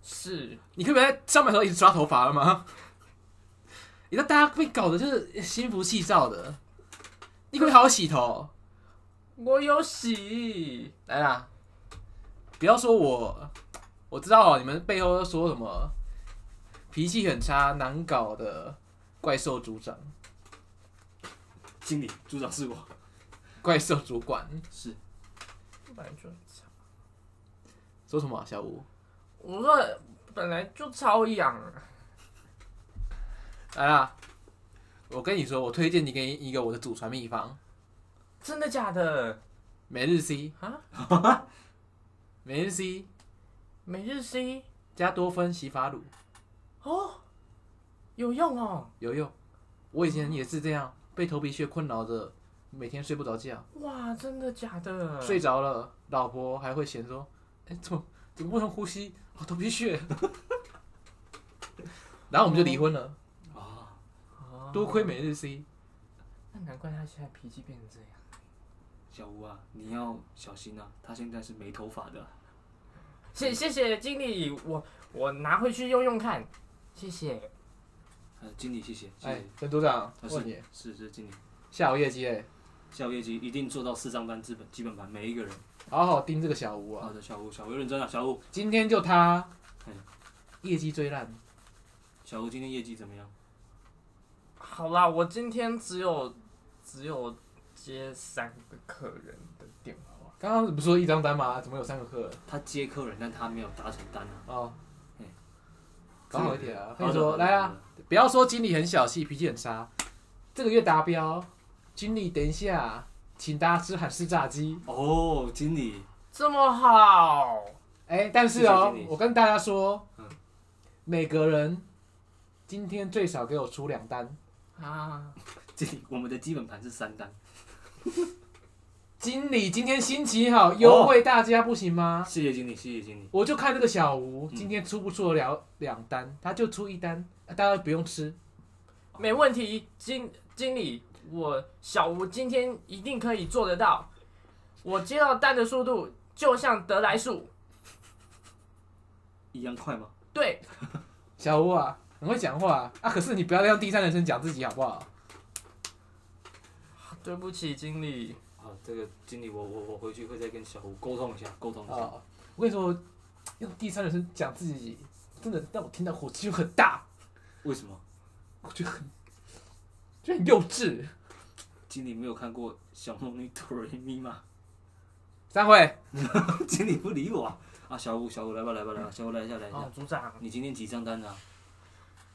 A: 是
C: 你可不可以在上班的时候一直抓头发了吗？ 你知道大家被搞的就是心浮气躁的，你可不可以好好洗头？
A: 我有洗，
C: 来啦，不要说我，我知道哦，你们背后都说什么脾气很差、难搞的怪兽组长，
B: 经理组长是我，
C: 怪兽主管
B: 是
A: 本来就很吵。
C: 说什么啊、小吴？
A: 我说本来就超痒，
C: 来啦，我跟你说，我推荐你给一个我的祖传秘方，
A: 真的假的？
C: 每日 C
A: 啊，
C: 每日 C
A: 每日 C
C: 加多酚洗发乳
A: 哦，有用哦，
C: 有用。我以前也是这样，被头皮屑困扰着，每天睡不着觉，
A: 哇，真的假的？
C: 睡着了，老婆还会嫌说，哎、怎么怎么不能呼吸？我头皮屑。然后我们就离婚了，
B: 啊，
A: 哦
C: 多亏每日 C。
A: 那难怪他现在脾气变成这样。
B: 小吴啊，你要小心啊，他现在是没头发的。啊
A: 谢谢谢经理，我我拿回去用用看，谢谢。
B: 呃，经理谢谢，谢
C: 哎
B: 谢。，
C: 陈组长，
B: 呃
C: 问你
B: 是是是经理，
C: 下午业绩哎，
B: 下午业绩一定做到四张单基本基本盘，每一个人。
C: 好好盯这个小吴啊，
B: 好的，小吴，小吴认真啊，小吴，
C: 今天就他嗯
B: 哎
C: 业绩最烂。
B: 小吴今天业绩怎么样？
A: 好啦，我今天只有只有接三个客人的电话，
C: 刚刚不是说一张单吗？怎么有三个客人？
B: 他接客人，但他没有达成单啊。
C: 哦
B: 嗯，
C: 搞好一点啊！
B: 好
C: 跟
B: 的
C: 你说，
B: 好的
C: 来
B: 好
C: 啊
B: 的！
C: 不要说经理很小气，脾气很差。这个月达标，经理等一下，请大家吃韩式炸鸡。
B: 哦，经理，
A: 这么好，
C: 哎，但是
B: 谢
C: 哦
B: 谢经，理
C: 我跟大家说
B: 嗯，
C: 每个人今天最少给我出两单。
A: 啊，
B: 经理，我们的基本盘是三单。
C: 经理今天心情
B: 哦
C: 好，优惠大家不行吗？
B: 谢谢经理，谢谢经理。
C: 我就看这个小吴
B: 嗯
C: 今天出不出得了两单，他就出一单，啊大家不用吃。
A: 没问题，经经理，我小吴今天一定可以做得到。我接到单的速度就像得来速，
B: 一样快吗？
A: 对，
C: 小吴啊，很会讲话啊啊可是你不要用第三人称讲自己好不好？
B: 啊
A: 对不起，经理，
B: 好，这个经理，我我我回去会再跟小吴沟通一下，沟通一下。
C: 哦，我跟你说，用第三人称讲自己，真的让我听到火气就很大，
B: 为什么？
C: 我觉得很，就很幼稚。
B: 经理没有看过《小魔女哆瑞咪》吗？
C: 散会，
B: 经理不理我啊！啊，小吴，小吴来吧，来吧，来吧，小吴来一下，来一下
A: 哦。，组长，
B: 你今天几张单啊？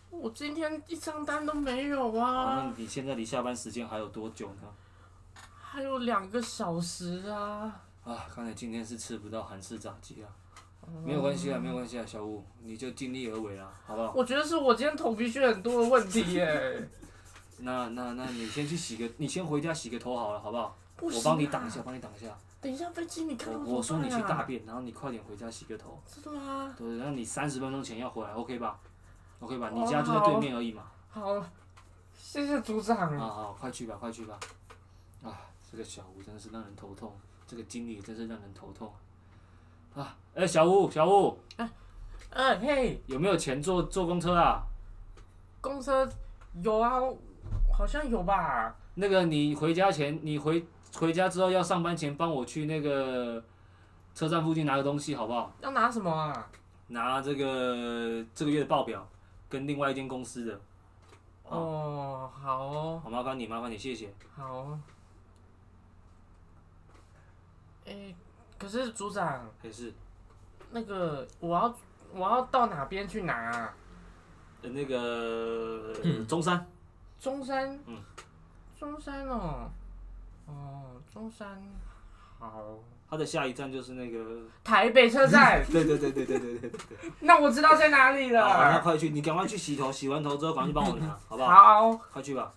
A: 我今天一张单都没有
B: 啊，
A: 啊，
B: 那你现在离下班时间还有多久呢？
A: 还有两个小时啊，
B: 啊，看来今天是吃不到韩式炸鸡啊。
A: 嗯
B: 没有关系啊，没有关系啊，小吴，你就尽力而为啦，好不好？
A: 我觉得是我今天头皮屑很多的问题耶、
B: 那那那你先去洗个，你先回家洗个头好了，好不好？
A: 不行、啊，
B: 我帮你挡一下，，帮你挡一下。
A: 等一下被经理看
B: 我
A: 到、
B: 我说你去大，便，然后你快点回家洗个头。
A: 真的吗？
B: 对，然后你三十分钟前要回来，OK 吧？OK 吧，
A: 哦
B: 你家就在对面而已嘛。
A: 好，谢谢组长。
B: 啊好，快去吧，快去吧。啊，这个小吴真的是让人头痛，这个经理也真是让人头痛。啊，哎、小吴，小吴，
A: 嗯嘿，
B: 有没有钱坐坐公车啊？
A: 公车有啊，好像有吧？
B: 那个你回家前，你回回家之后要上班前，帮我去那个车站附近拿个东西，好不好？
A: 要拿什么啊？
B: 拿这个这个月的报表跟另外一间公司的，
A: 哦，好哦，
B: 好麻烦你，麻烦你，谢谢。
A: 好哦。哎、可是组长，
B: 还是、
A: 那个我要我要到哪边去拿、啊？
B: 呃、那个、呃中山，
A: 中山，
B: 嗯
A: 中山哦，哦，中山，好，
B: 它的下一站就是那个，，
A: 台北车站
B: 对对对对对对对对。
A: 那我知道在哪 里
B: 好，那
A: 了。
B: 快去，你赶快去洗头，洗完头之后赶快去帮我拿，好不好？
A: 好，
B: 快去吧。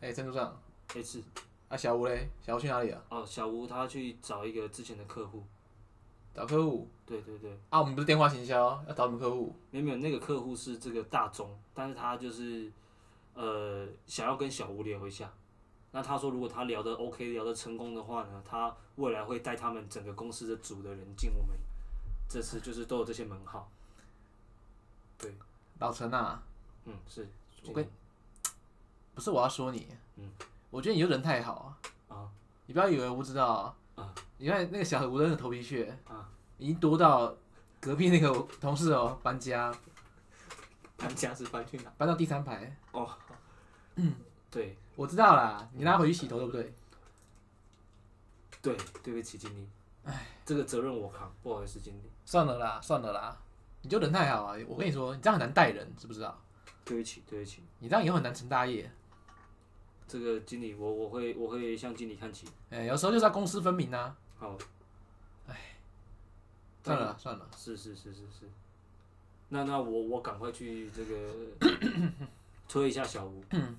C: 哎、陈组长，
B: 哎、是
C: 啊，小吴嘞，小吴去哪里了？
B: 哦，小吴他去找一个之前的客户，
C: 找客户
B: 对对对，
C: 啊，我们不是电话行销，要找我们客户。
B: 没有没有，那个客户是这个大中，但是他就是呃想要跟小吴聊一下。那他说，如果他聊得 OK，聊得成功的话呢，他未来会带他们整个公司的组的人进我们，这次就是都有这些门号。
C: 老陈啊，
B: 嗯，是。
C: 我跟不是我要说你，
B: 嗯
C: 我觉得你就人太好
B: 啊，
C: 你不要以为我不知道
B: 啊，
C: 你看那个小吴真的头皮屑
B: 啊，
C: 已经多到隔壁那个同事哦搬家，
B: 搬家是搬去哪？
C: 搬到第三排。
B: 对，
C: 我知道啦，你拿回去洗头对不对？
B: 对，对不起，经理，这个责任我扛，不好意思，经理，
C: 算了啦，算了啦，你就人太好啊！我跟你说，你这样很难带人，知不知道？
B: 对不起，对不起，
C: 你这样以后很难成大业。
B: 这个经理，我我会我会向经理看齐。
C: 哎、有时候就是要公私分明啊。
B: 好，
C: 算了啦算了啦，
B: 是是是是是，那那我我赶快去这 个催一下小吴，
C: 赶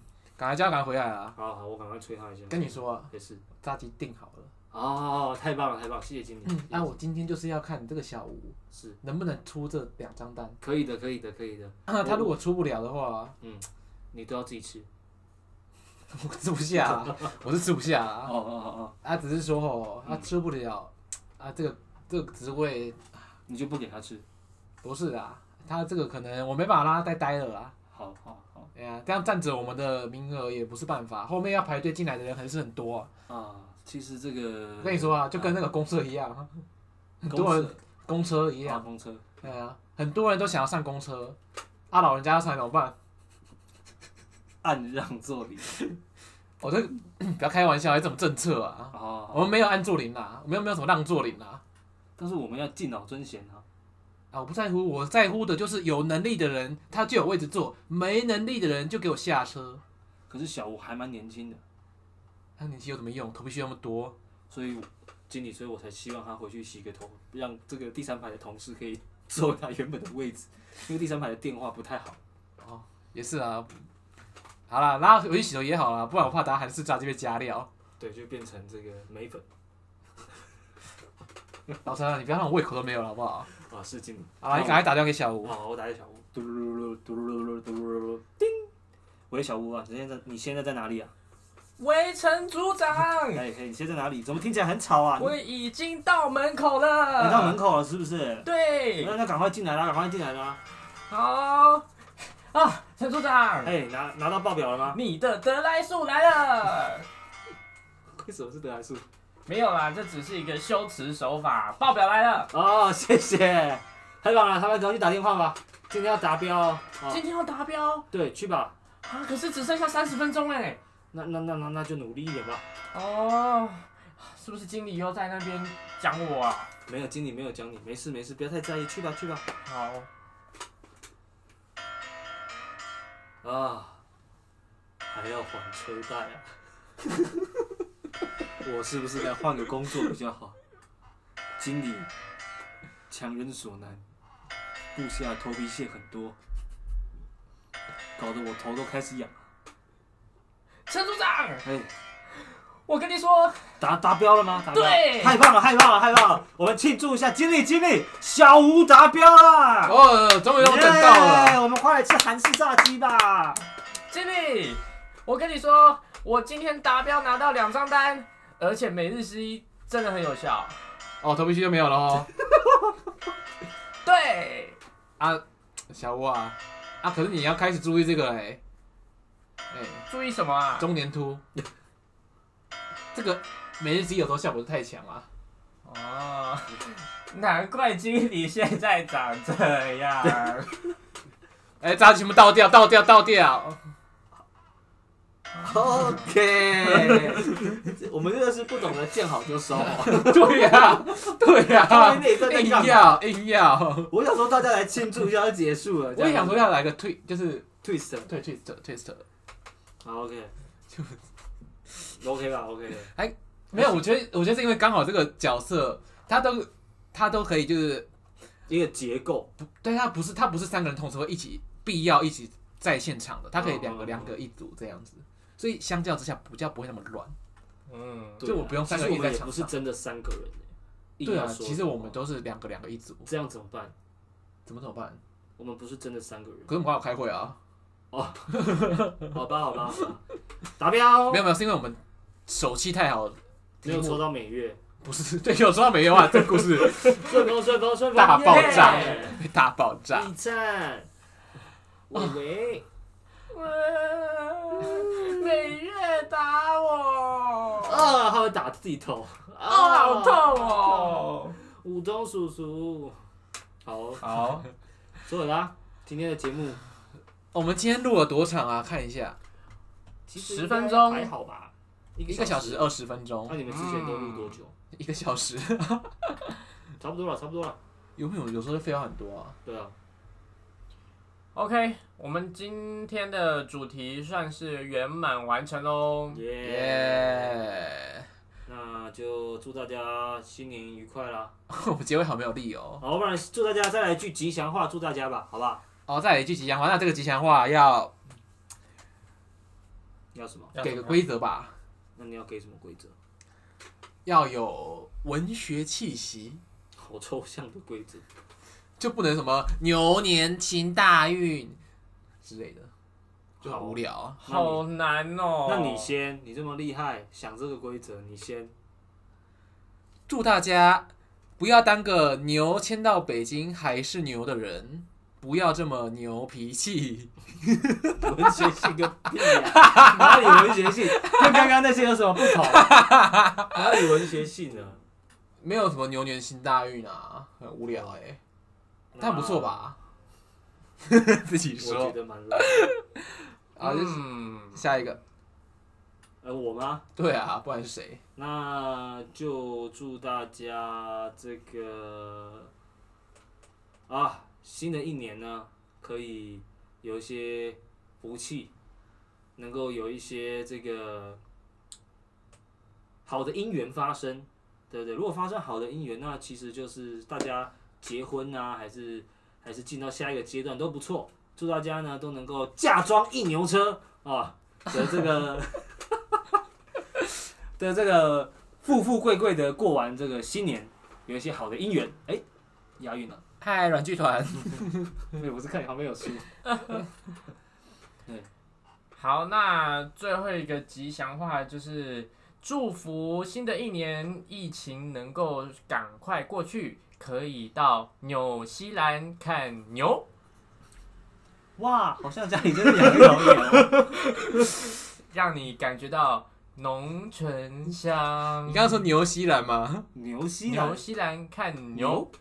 C: 快叫他赶快回来啊！
B: 好好，我赶快催他一下。
C: 跟你说啊，
B: 也是，
C: 炸鸡订好了。
B: 哦，太棒了，太棒了，谢谢经理。
C: 啊，我今天就是要看这个小吴
B: 是
C: 能不能出这两张单。
B: 可以的，可以的，可以的，
C: 啊他如果出不了的话，
B: 你都要自己吃。
C: 我吃不下 啊，我是吃不下啊。
B: 哦哦
C: 啊，只是说哦，他吃不了啊，这个这个职位
B: 哦，你就不给他吃？
C: 不是啦，他这个可能我没办法让他再待了啦。
B: 好好好
C: 哎呀，这样占着我们的名额也不是办法，后面要排队进来的人还是很多啊、
B: 啊，其实这个
C: 我跟你说啊，就跟那个公社一样，很
B: 公
C: 多人
B: 车
C: 公车一
B: 啊
C: 样，
B: 公 车，
C: 对啊，很多人都想要上公车，啊，老人家要上来怎么办？
B: 按让座椅。
C: 我这 不要开玩笑，还这种政策啊？
B: 哦，
C: 我们没有按座铃啦，我们又没有什么让座铃啦。
B: 但是我们要敬老尊贤啊。
C: 啊，我不在乎，我在乎的就是有能力的人他就有位置坐，没能力的人就给我下车。
B: 可是小吴还蛮年轻的，
C: 他年纪有什么用？头皮屑那么多，
B: 所以经理，所以我才希望他回去洗个头，让这个第三排的同事可以坐他原本的位置， 因为第三排的电话不太好。
C: 也是啊。好啦，拉回去洗头也好啦，不然我怕打韩式炸鸡被加料。
B: 对，就变成这个眉粉
C: 老陈啊，你不要让我胃口都没有了，好不好？
B: 啊，是经理。
C: 好啦，你赶快打电话给小吴。
B: 好，我打给小吴。嘟噜噜噜嘟噜噜噜嘟噜噜噜，叮！喂，小吴啊，你现在你现在在哪里啊？
A: 围城组长，
B: 哎哎，你现在在哪里？怎么听起来很吵啊？你
A: 我已经到门口
B: 你到门
A: 了。
B: 口了是不是？
A: 啊对，
B: 那那赶快进来啦，赶快进来啦！
A: 好啊，陈组长，
B: 哎，拿拿到报表了吗？
A: 你的德莱素来了。
B: 为什么是德莱素？
A: 没有啦，这只是一个修辞手法。报表来了，
B: 哦，谢谢，太棒了，他们赶快去打电话吧，今天要达标哦。哦
A: 今天要达标
B: 对，去吧。
A: 啊，可是只剩下三十分钟哎。
B: 那那那那那就努力一点吧。
A: 哦，是不是经理又在那边讲我啊？
B: 没有经理没有讲你，没事没事，不要太在意，去吧去吧。
A: 好，
B: 啊，还要还车贷 啊！我是不是该换个工作比较好？经理，强人所难，部下头皮屑很多，搞得我头都开始痒。
A: 陈组长，
B: 哎，
A: 我跟你说，
B: 达达标了吗？达标了
A: 对
B: 太棒了，太棒了，太棒了！我们庆祝一下，经理，经理，小吴达标啦！
C: 哦，终于让我等到
B: 耶
C: 了。
B: 我们快来吃韩式炸鸡吧！
A: 经理，我跟你说，我今天达标拿到两张单，而且每日十一真的很有效。
C: 哦，头皮屑就没有了哦。
A: 对，
C: 啊，小吴啊，啊，可是你要开始注意这个哎、哎、
A: 注意什么啊？
C: 中年秃，这个每日机有时候效果是太强啊。
A: 哦，难怪经理现在长这样。
C: 哎、炸鸡全部倒掉，倒掉，倒掉。
D: OK，我们真的是不懂得见好就收、
C: 对呀、对呀、
D: 啊。那一段在
C: 硬
D: 干嘛？
C: 要硬要。
D: 我想说大家来庆祝一下就结束了。这
C: 我
D: 样
C: 也想说要来个退，就是
D: twist，
C: 退 twist twist。
B: 好，OK，OK 吧，OK 的。
C: 没有，我觉得我觉得是因为刚好这个角色他都他都可以就是
B: 一个结构，
C: 对他不是他不是三个人同时会一起必要一起在现场的，他可以
B: 哦
C: 两个、
B: 哦
C: 两个一组这样子，所以相较之下比较不会那么乱。
A: 嗯，
B: 对
C: 就我
B: 啊
C: 不用
B: 其
C: 三个
B: 实
C: 人
B: 我
C: 一
B: 们
C: 直
B: 也
C: 在场
B: 不是
C: 上
B: 真的三个人欸硬
C: 对啊，
B: 要说
C: 其实
B: 的
C: 我
B: 话
C: 们都是两个两个一组，
B: 这样怎么办？
C: 怎么怎么办？
B: 我们不是真的三个人。
C: 可是我们还要开会啊，
B: 好吧，好吧，好吧，达标
C: 没，有没有，是因为我们手气太好了，
B: 没有抽到每月，
C: 不是 对，有说到没有啊，这个故事
B: 顺风顺风顺风，
C: 大爆炸
B: 耶
C: 被大爆炸。
B: 一战，喂喂，
A: 每月打我，
B: 啊，他会打自己头，啊
A: 哦，
C: 啊
A: 好痛！哦！
B: 武东叔叔，好，
A: 好，
B: 所有啦，今天的节目
C: 我们今天录了多长啊？看一下，
B: 其实应该
A: 10分钟
B: 还好吧，一
C: 一个小时。二十分
B: 那、
C: 钟，
B: 你们之前都录多久？
C: 一个小时，
B: 差不多了，差不多了。
C: 有没有有时候会废话很多啊？
B: 对啊，
A: OK，我们今天的主题算是圆满完成喽。
C: 嗯
B: 耶、
C: 耶！
B: 那就祝大家新年愉快啦！
C: 我们 结尾好没有理由
B: 好，不然祝大家再来一句吉祥话，祝大家吧，好吧？
C: 哦。再来一句吉祥话，那这个吉祥话要
B: 要什么？
A: 要
C: 给个
A: 怎么样
C: 规则吧，
B: 那你要给什么规则？
C: 要有文学气息，
B: 好抽象的规则。
C: 就不能什么牛年行大运之类的，就很无聊啊。
B: 那你
A: 好难哦。
B: 那你先，你这么厉害，想这个规则，你先。
C: 祝大家不要当个牛迁到北京还是牛的人，不要这么牛脾气。
B: 文学性个屁呀、哪里文学性？跟刚刚那些有什么不同？哪里文学性呢？
C: 没有什么牛年行大运啊，很无聊哎、但不错？吧？ 自
B: 嗯
C: 己
B: 我觉
C: 说
B: 得蛮烂的。
C: 啊，就是
A: 嗯，
C: 下一个，
B: 呃，我吗？
C: 对啊，不然是谁？
B: 那就祝大家这个啊，新的一年呢，可以有一些福气，能够有一些这个好的姻缘发生，对不对？如果发生好的姻缘，那其实就是大家结婚啊，还是还是进到下一个阶段都不错。祝大家呢都能够嫁妆一牛车啊的这个的这个富富贵贵的过完这个新年，有一些好的姻缘，哎，押 韵了。
C: 嗨，软剧团，
B: 对，我是看你旁边有书。
A: 好，那最后一个吉祥话就是祝福新的一年疫情能够赶快过去，可以到纽西兰看牛。
F: 哇，好像家里真的养一头
B: 哦
F: 牛。
A: 让你感觉到浓醇香。
C: 你刚刚说牛西兰吗？
F: 牛西
B: 啊
F: 兰
A: 纽西兰看牛，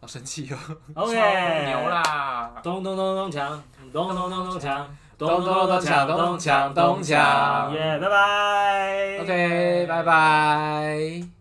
C: 好生气哦！
A: 超
B: ，OK，
A: 牛！啦！
B: 咚咚咚咚锵，咚咚咚咚锵，
C: 咚咚咚锵咚锵咚锵
B: 耶，拜拜。
C: OK，拜拜。